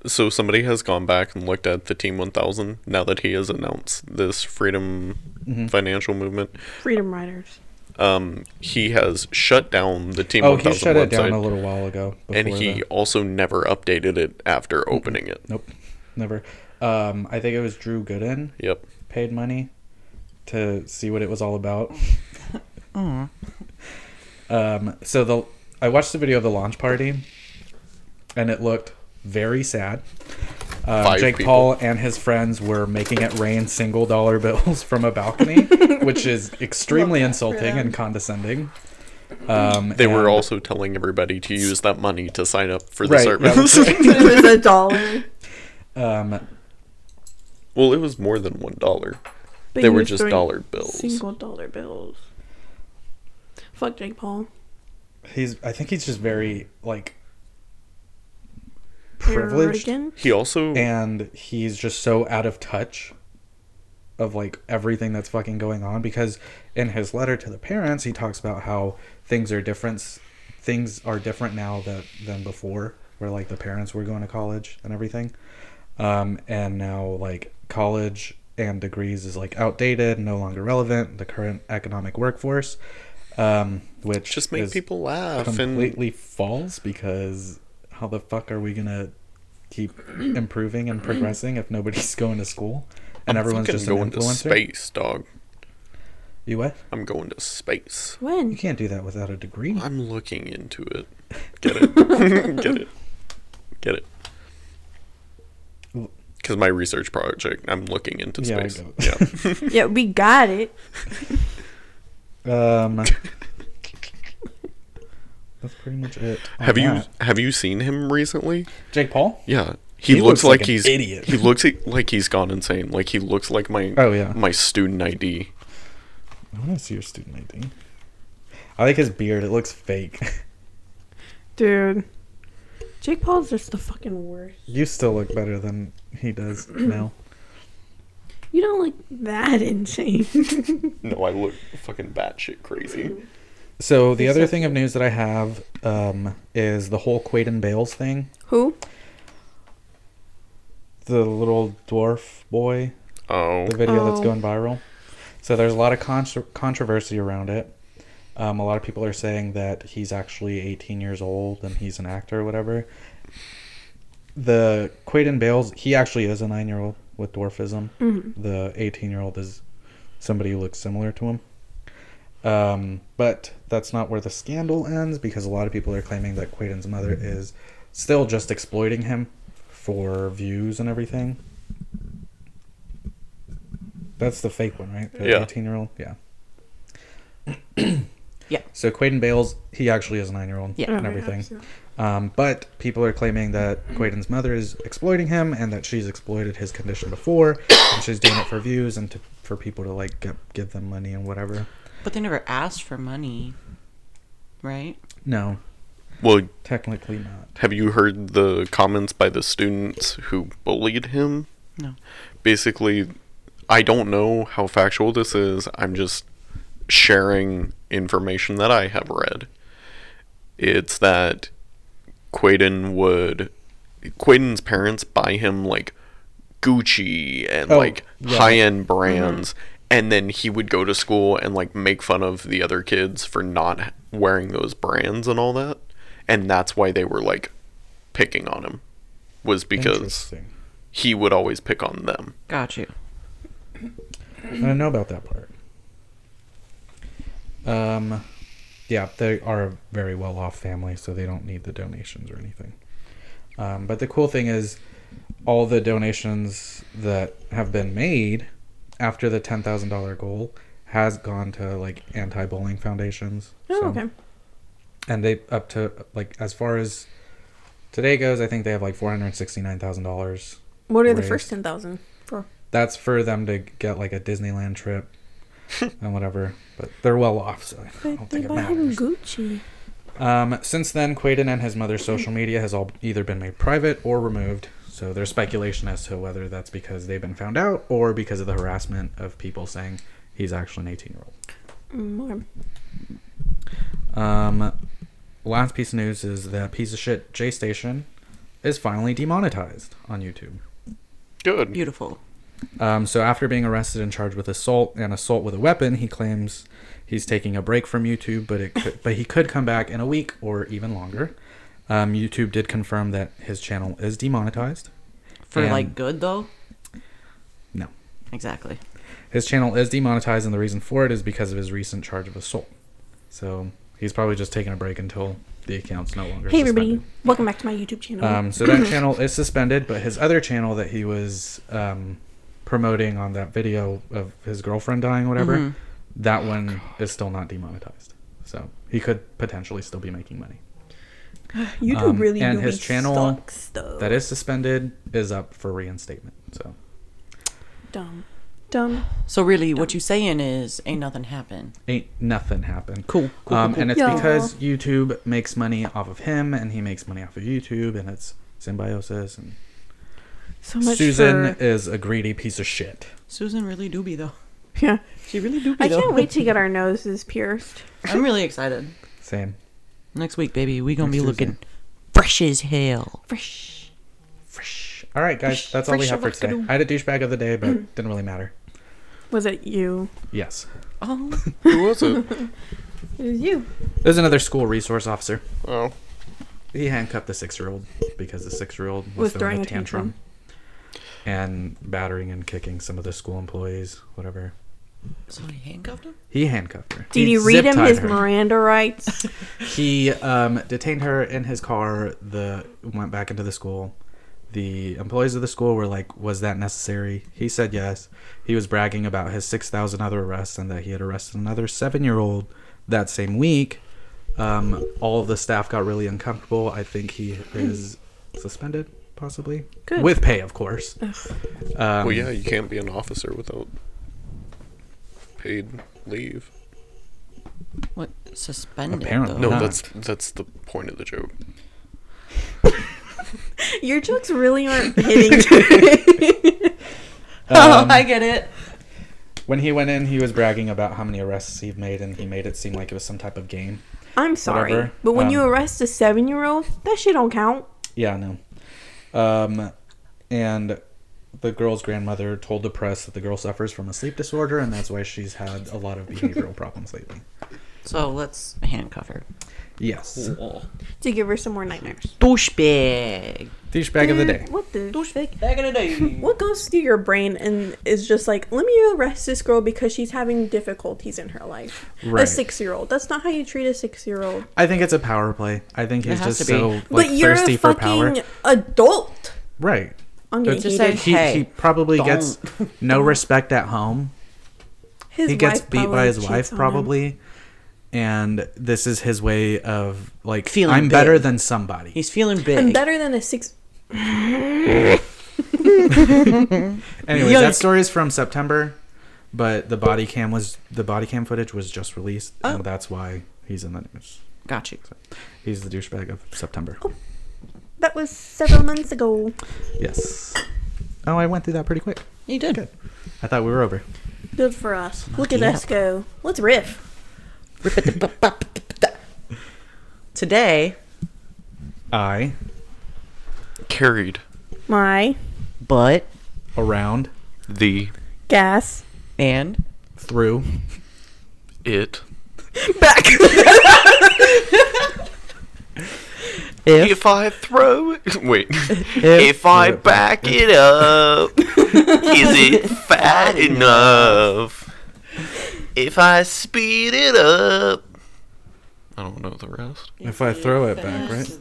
Speaker 5: so somebody has gone back and looked at the Team 1000 now that he has announced this freedom
Speaker 2: Mm-hmm.
Speaker 5: financial movement.
Speaker 3: Freedom Riders.
Speaker 5: Um, he has shut down the Team
Speaker 2: Oh,
Speaker 5: 1000
Speaker 2: he shut
Speaker 5: website,
Speaker 2: it down a little while ago.
Speaker 5: and
Speaker 2: before Mm-hmm.
Speaker 5: he
Speaker 2: the-
Speaker 5: also never updated it after opening it.
Speaker 2: Nope, never. Um, I think it was Drew Gooden
Speaker 5: Yep.
Speaker 2: paid money to see what it was all about. um, so the I watched the video of the launch party, and it looked very sad. Uh,
Speaker 5: Five
Speaker 2: Jake
Speaker 5: people.
Speaker 2: Paul and his friends were making it rain single dollar [LAUGHS] bills from a balcony, which is extremely insulting and condescending. Um,
Speaker 5: They were
Speaker 2: and-
Speaker 5: also telling everybody to use that money to sign up for the
Speaker 2: Right, that was
Speaker 5: service.
Speaker 3: [LAUGHS] It was a dollar.
Speaker 2: um,
Speaker 5: [LAUGHS] well, it was more than one dollar.
Speaker 3: But
Speaker 5: They
Speaker 3: he
Speaker 5: were
Speaker 3: was
Speaker 5: just
Speaker 3: throwing
Speaker 5: dollar bills.
Speaker 3: Single dollar bills. Fuck Jake Paul.
Speaker 2: he's I think he's just very like privileged
Speaker 3: Arrogant.
Speaker 5: He also
Speaker 2: and he's just so out of touch of like everything that's fucking going on because in his letter to the parents he talks about how things are different things are different now that than before where like the parents were going to college and everything um and now like college and degrees is like outdated no longer relevant the current economic workforce um which
Speaker 5: just make
Speaker 2: is
Speaker 5: people laugh and
Speaker 2: completely false because how the fuck are we gonna keep improving and progressing if nobody's [LAUGHS] going to school and everyone's
Speaker 5: fucking
Speaker 2: just an
Speaker 5: going to
Speaker 2: influencer?
Speaker 5: space, dog.
Speaker 2: You what?
Speaker 5: I'm going to space.
Speaker 2: You
Speaker 3: When?
Speaker 2: can't do that without a degree.
Speaker 5: I'm looking into
Speaker 2: [LAUGHS]
Speaker 5: it. Get it. [LAUGHS] Get it. Get it. Because my research project, I'm looking into
Speaker 2: Yeah, I
Speaker 5: space.
Speaker 2: go.
Speaker 5: Yeah.
Speaker 2: [LAUGHS]
Speaker 3: Yeah, we got it.
Speaker 5: [LAUGHS]
Speaker 2: Um, that's pretty much it. on
Speaker 5: have you
Speaker 2: that.
Speaker 5: have you seen him recently?
Speaker 2: Jake Paul?
Speaker 5: Yeah. He,
Speaker 2: He
Speaker 5: looks,
Speaker 2: looks like
Speaker 5: like
Speaker 2: an
Speaker 5: he's
Speaker 2: idiot.
Speaker 5: He looks like he's gone insane. Like he looks like my
Speaker 2: Oh, yeah.
Speaker 5: my student ID.
Speaker 2: I want to see your student ID. I like his beard. It looks fake. [LAUGHS]
Speaker 3: Dude. Jake Paul's just the fucking worst.
Speaker 2: you still look better than he does
Speaker 5: [CLEARS THROAT]
Speaker 2: now.
Speaker 3: You don't look that [LAUGHS] insane.
Speaker 5: No, I look fucking batshit crazy.
Speaker 2: So the other thing of news that I have um, is the whole Quaden Bales thing.
Speaker 3: Who?
Speaker 2: The little dwarf boy
Speaker 5: Oh,
Speaker 2: the video that's
Speaker 3: Oh.
Speaker 2: going viral. So there's a lot of contro controversy around it. Um, a lot of people are saying that he's actually 18 years old and he's an actor or whatever. The Quaden Bales, he actually is a nine year old with dwarfism. The 18 year old is somebody who looks similar to him. Um, but that's not where the scandal ends because a lot of people are claiming that Quaden's mother is still just exploiting him for views and everything. That's the fake one, right? The
Speaker 5: Yeah.
Speaker 2: 18 year old? Yeah.
Speaker 4: Yeah.
Speaker 2: So Quaden Bales, he actually is a nine year old
Speaker 4: Yeah.
Speaker 2: and everything. Um, but people are claiming that Quaden's mother is exploiting him and that she's exploited his condition before and she's doing it for views and to, for people to like get, give them money and whatever.
Speaker 4: But they never asked for money, right?
Speaker 2: No,
Speaker 5: well,
Speaker 2: technically not.
Speaker 5: Have you heard the comments by the students who bullied him?
Speaker 4: No.
Speaker 5: Basically, I don't know how factual this is. I'm just sharing information that I have read. It's that Quaden would Quaden's parents buy him like Gucci and
Speaker 2: Oh,
Speaker 5: like
Speaker 2: yeah. Mm-hmm.
Speaker 5: high-end brands and then he would go to school and like make fun of the other kids for not wearing those brands and all that. And that's why they were like picking on him was because
Speaker 2: Interesting.
Speaker 5: he would always pick on them.
Speaker 4: Got you.
Speaker 2: I didn't know about that part. Um, yeah, they are a very well off family, so they don't need the donations or anything. Um, but the cool thing is, all the donations that have been made after the ten thousand dollar goal has gone to like anti bullying foundations.
Speaker 3: Oh,
Speaker 2: So-
Speaker 3: okay.
Speaker 2: and they up to like as far as today goes, I think they have like four hundred sixty nine thousand dollars
Speaker 3: What are the
Speaker 2: Raised.
Speaker 3: first 10,000 for?
Speaker 2: that's for them to get like a Disneyland trip and whatever. But they're well off, so I
Speaker 3: But
Speaker 2: don't
Speaker 3: they
Speaker 2: think it
Speaker 3: buy him
Speaker 2: matters.
Speaker 3: Gucci.
Speaker 2: Um, since then, Quaden and his mother's social media has all either been made private or removed. So there's speculation as to whether that's because they've been found out or because of the harassment of people saying he's actually an 18 year
Speaker 3: Mm,
Speaker 2: old.
Speaker 3: okay.
Speaker 2: Um, last piece of news is that piece of shit J Station is finally demonetized on YouTube.
Speaker 5: Good.
Speaker 4: Beautiful.
Speaker 2: Um, so after being arrested and charged with assault and assault with a weapon, he claims he's taking a break from YouTube, but it could, but he could come back in a week or even longer. Um, YouTube did confirm that his channel is demonetized.
Speaker 4: For
Speaker 2: And-
Speaker 4: like good though.
Speaker 2: No,
Speaker 4: Exactly.
Speaker 2: his channel is demonetized, and the reason for it is because of his recent charge of assault. So he's probably just taking a break until the account's no longer.
Speaker 3: Hey everybody,
Speaker 2: suspended.
Speaker 3: welcome back to my YouTube channel.
Speaker 2: Um, so that channel is suspended, but his other channel that he was um, promoting on that video of his girlfriend dying, whatever,
Speaker 4: Mm-hmm. Oh,
Speaker 2: that one is still not demonetized. So he could potentially still be making money.
Speaker 3: YouTube
Speaker 2: um,
Speaker 3: really
Speaker 2: and
Speaker 3: really
Speaker 2: his channel
Speaker 3: sucks though.
Speaker 4: Oh.
Speaker 2: That is suspended is up for reinstatement. So
Speaker 3: dumb, dumb.
Speaker 4: So really, what you saying is, ain't nothing happened.
Speaker 2: ain't nothing happened.
Speaker 4: Cool, cool,
Speaker 2: um,
Speaker 4: cool,
Speaker 2: And it's
Speaker 3: cool.
Speaker 2: because YouTube makes money off of him, and he makes money off of YouTube, and it's symbiosis. And
Speaker 3: So much
Speaker 2: [LAUGHS] Susan
Speaker 3: for
Speaker 2: is a greedy piece of shit.
Speaker 4: Susan really do be though.
Speaker 3: yeah.
Speaker 4: She really do
Speaker 3: [LAUGHS]
Speaker 4: be
Speaker 3: I
Speaker 4: though.
Speaker 3: can't wait to get our noses pierced.
Speaker 4: [LAUGHS] I'm really excited.
Speaker 2: Same.
Speaker 4: Next week, baby, we gonna
Speaker 2: Next
Speaker 4: be
Speaker 2: Tuesday.
Speaker 4: looking fresh as hell.
Speaker 3: Fresh.
Speaker 2: All right, guys, that's all we
Speaker 4: Fresh
Speaker 2: have for today.
Speaker 4: avocado.
Speaker 2: I had a douchebag of the day, but didn't really matter.
Speaker 3: Was it you?
Speaker 2: Yes.
Speaker 4: Oh,
Speaker 5: Who was [LAUGHS] it?
Speaker 3: It was you.
Speaker 2: There's another school resource officer.
Speaker 5: Oh,
Speaker 2: He handcuffed the six year old because the six year old
Speaker 3: Was
Speaker 2: was
Speaker 3: throwing
Speaker 2: throwing a
Speaker 3: a tantrum.
Speaker 2: tantrum and battering and kicking some of the school employees, whatever.
Speaker 4: so he handcuffed him.
Speaker 2: He handcuffed her.
Speaker 3: Did
Speaker 2: he
Speaker 3: you read him
Speaker 2: zip-tied
Speaker 3: his
Speaker 2: her.
Speaker 3: Miranda
Speaker 2: [LAUGHS]
Speaker 3: rights?
Speaker 2: He um, detained her in his car. The went back into the school. The employees of the school were like, "Was that necessary?" He said yes. He was bragging about his six thousand other arrests and that he had arrested another seven-year-old that same week. Um, all of the staff got really uncomfortable. I think he is suspended, possibly
Speaker 3: Good.
Speaker 2: with pay, of course. Um,
Speaker 5: well, yeah. You can't be an officer without paid leave.
Speaker 4: What suspended?
Speaker 2: Apparently.
Speaker 4: though.
Speaker 5: No,
Speaker 2: Not.
Speaker 5: that's that's the point of the joke.
Speaker 3: Your jokes really aren't hitting.
Speaker 2: [LAUGHS]
Speaker 4: [LAUGHS] oh, I get it.
Speaker 2: When he went in, he was bragging about how many arrests he'd made, and he made it seem like it was some type of game.
Speaker 3: I'm sorry,
Speaker 2: Whatever.
Speaker 3: but when
Speaker 2: Um,
Speaker 3: you arrest a seven-year-old, that shit don't count.
Speaker 2: Yeah, no. Um, and the girl's grandmother told the press that the girl suffers from a sleep disorder, and that's why she's had a lot of behavioral problems lately.
Speaker 4: So let's handcuff her.
Speaker 2: Yes.
Speaker 3: To give her some more nightmares.
Speaker 4: Douchebag.
Speaker 2: Douchebag of the day.
Speaker 3: Mm, What the douchebag?
Speaker 4: Back in the day.
Speaker 3: [LAUGHS] What goes through your brain and is just like, let me arrest this girl because she's having difficulties in her life. A
Speaker 2: Right.
Speaker 3: six-year-old. That's not how you treat a six-year-old.
Speaker 2: I think it's a power play. I think he's
Speaker 4: has
Speaker 2: just
Speaker 4: to be.
Speaker 2: so like,
Speaker 3: but you're
Speaker 2: thirsty
Speaker 3: a
Speaker 2: for power.
Speaker 3: fucking adult.
Speaker 2: Right.
Speaker 3: I'm getting
Speaker 2: It's just
Speaker 3: heated.
Speaker 4: like-
Speaker 2: He, he
Speaker 4: Hey,
Speaker 2: probably gets
Speaker 4: don't.
Speaker 2: no respect at home.
Speaker 3: His
Speaker 2: he gets
Speaker 3: wife
Speaker 2: beat by
Speaker 3: probably
Speaker 2: his
Speaker 3: cheats on
Speaker 2: wife
Speaker 3: him.
Speaker 2: probably, and this is his way of like
Speaker 4: Feeling
Speaker 2: I'm better
Speaker 4: big.
Speaker 2: than somebody.
Speaker 4: He's feeling big.
Speaker 3: I'm better than a six.
Speaker 2: Anyways,
Speaker 4: Yuck.
Speaker 2: that story is from September, but the body cam was the body cam footage was just released,
Speaker 4: Oh.
Speaker 2: and that's why he's in the news.
Speaker 4: Got you.
Speaker 2: He's the douchebag of September.
Speaker 3: That was several months ago.
Speaker 2: Yes. Oh, I went through that pretty quick.
Speaker 4: You did.
Speaker 2: I thought we were over.
Speaker 3: Good for us. Look at
Speaker 4: Yep.
Speaker 3: us go. Let's riff.
Speaker 4: Today,
Speaker 2: I
Speaker 5: Carried
Speaker 3: My
Speaker 4: but
Speaker 2: around
Speaker 5: the
Speaker 3: gas
Speaker 4: and
Speaker 2: through
Speaker 5: it
Speaker 3: back.
Speaker 4: [LAUGHS] if,
Speaker 6: If I throw it, [LAUGHS] wait. If I
Speaker 2: I
Speaker 6: back it up, is [LAUGHS] it fat enough? If I speed it up,
Speaker 5: I don't know the rest.
Speaker 2: if I throw it back, right?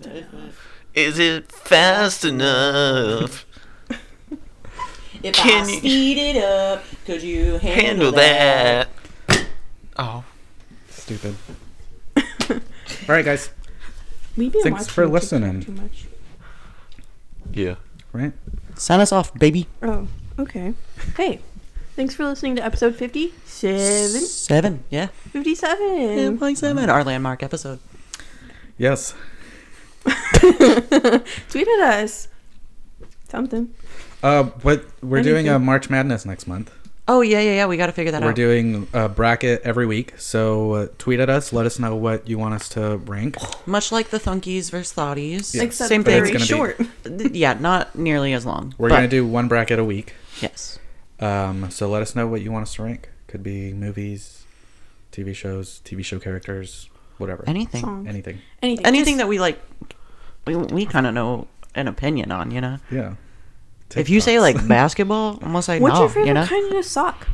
Speaker 6: is it fast enough?
Speaker 4: if
Speaker 6: Can
Speaker 4: I
Speaker 6: you-
Speaker 4: speed it up, could you handle,
Speaker 6: Handle
Speaker 4: that?
Speaker 6: that.
Speaker 5: Oh,
Speaker 2: Stupid. [LAUGHS] All right, guys.
Speaker 3: We've been
Speaker 2: Thanks
Speaker 3: watching
Speaker 2: for
Speaker 3: TikTok
Speaker 2: listening.
Speaker 3: Too much.
Speaker 5: yeah.
Speaker 2: Right?
Speaker 4: Sign us off, baby.
Speaker 3: Oh, okay. Hey, thanks for listening to episode 57.
Speaker 4: Seven. Yeah.
Speaker 3: 57. [LAUGHS]
Speaker 4: Like seven. Our landmark episode.
Speaker 2: Yes.
Speaker 3: Tweet at us. Something.
Speaker 2: Uh, but we're doing a
Speaker 3: Anything.
Speaker 2: March Madness next month.
Speaker 4: Oh yeah, yeah, yeah. We got to figure that
Speaker 2: We're
Speaker 4: out.
Speaker 2: doing a bracket every week. So uh, tweet at us. Let us know what you want us to [LAUGHS] rank.
Speaker 4: Much like the Thunkies versus Thoughties.
Speaker 2: Yeah.
Speaker 3: Except
Speaker 4: Same
Speaker 2: But
Speaker 3: very
Speaker 4: thing.
Speaker 2: it's gonna be-
Speaker 3: short.
Speaker 4: Th- [LAUGHS] Yeah, not nearly as long.
Speaker 2: We're
Speaker 4: but-
Speaker 2: going to do one bracket a week.
Speaker 4: yes.
Speaker 2: Um, so let us know what you want us to rank. Could be movies, TV shows, TV show characters, whatever.
Speaker 4: Anything.
Speaker 3: Song.
Speaker 2: Anything.
Speaker 3: Anything.
Speaker 4: Anything
Speaker 3: Just-
Speaker 4: that we like. We, we kind of know an opinion on, you know.
Speaker 2: Yeah.
Speaker 4: If you say
Speaker 2: TikToks. [LAUGHS]
Speaker 4: like basketball, I'm gonna say
Speaker 3: What's
Speaker 4: no.
Speaker 3: your favorite
Speaker 4: you know.
Speaker 3: kind of sock?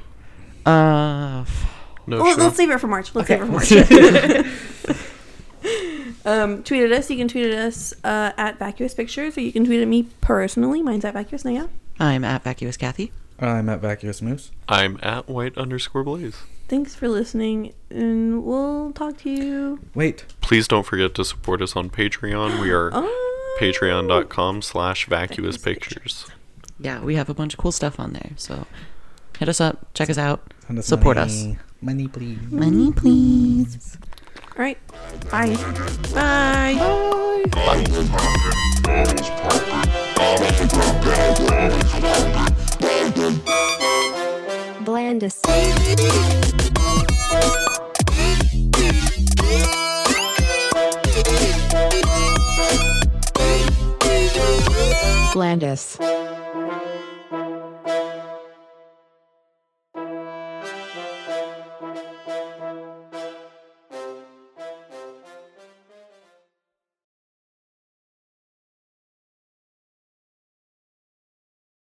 Speaker 4: Uh, f-
Speaker 5: No,
Speaker 3: Well,
Speaker 5: sure.
Speaker 3: let's leave it for March. Let's leave it
Speaker 4: [LAUGHS]
Speaker 3: for March. [LAUGHS] um, tweet at us. You can tweet at us uh, at Vacuous Pictures, or you can tweet at me personally. Mine's at Vacuous Naya.
Speaker 4: I'm at vacuous Kathy.
Speaker 2: I'm at Vacuous Moose.
Speaker 5: I'm at white underscore blaze.
Speaker 3: Thanks for listening, and we'll talk to you.
Speaker 2: Wait.
Speaker 5: Please don't forget to support us on Patreon. We are
Speaker 3: Oh.
Speaker 5: patreon.com slash vacuous
Speaker 3: Vacuous pictures.
Speaker 5: pictures.
Speaker 4: Yeah, we have a bunch of cool stuff on there. So hit us up, check us out,
Speaker 2: Send us
Speaker 4: support us.
Speaker 2: money. Money, please.
Speaker 4: Money, please.
Speaker 3: All right. Bye.
Speaker 4: Bye.
Speaker 7: Blandis. Blandis.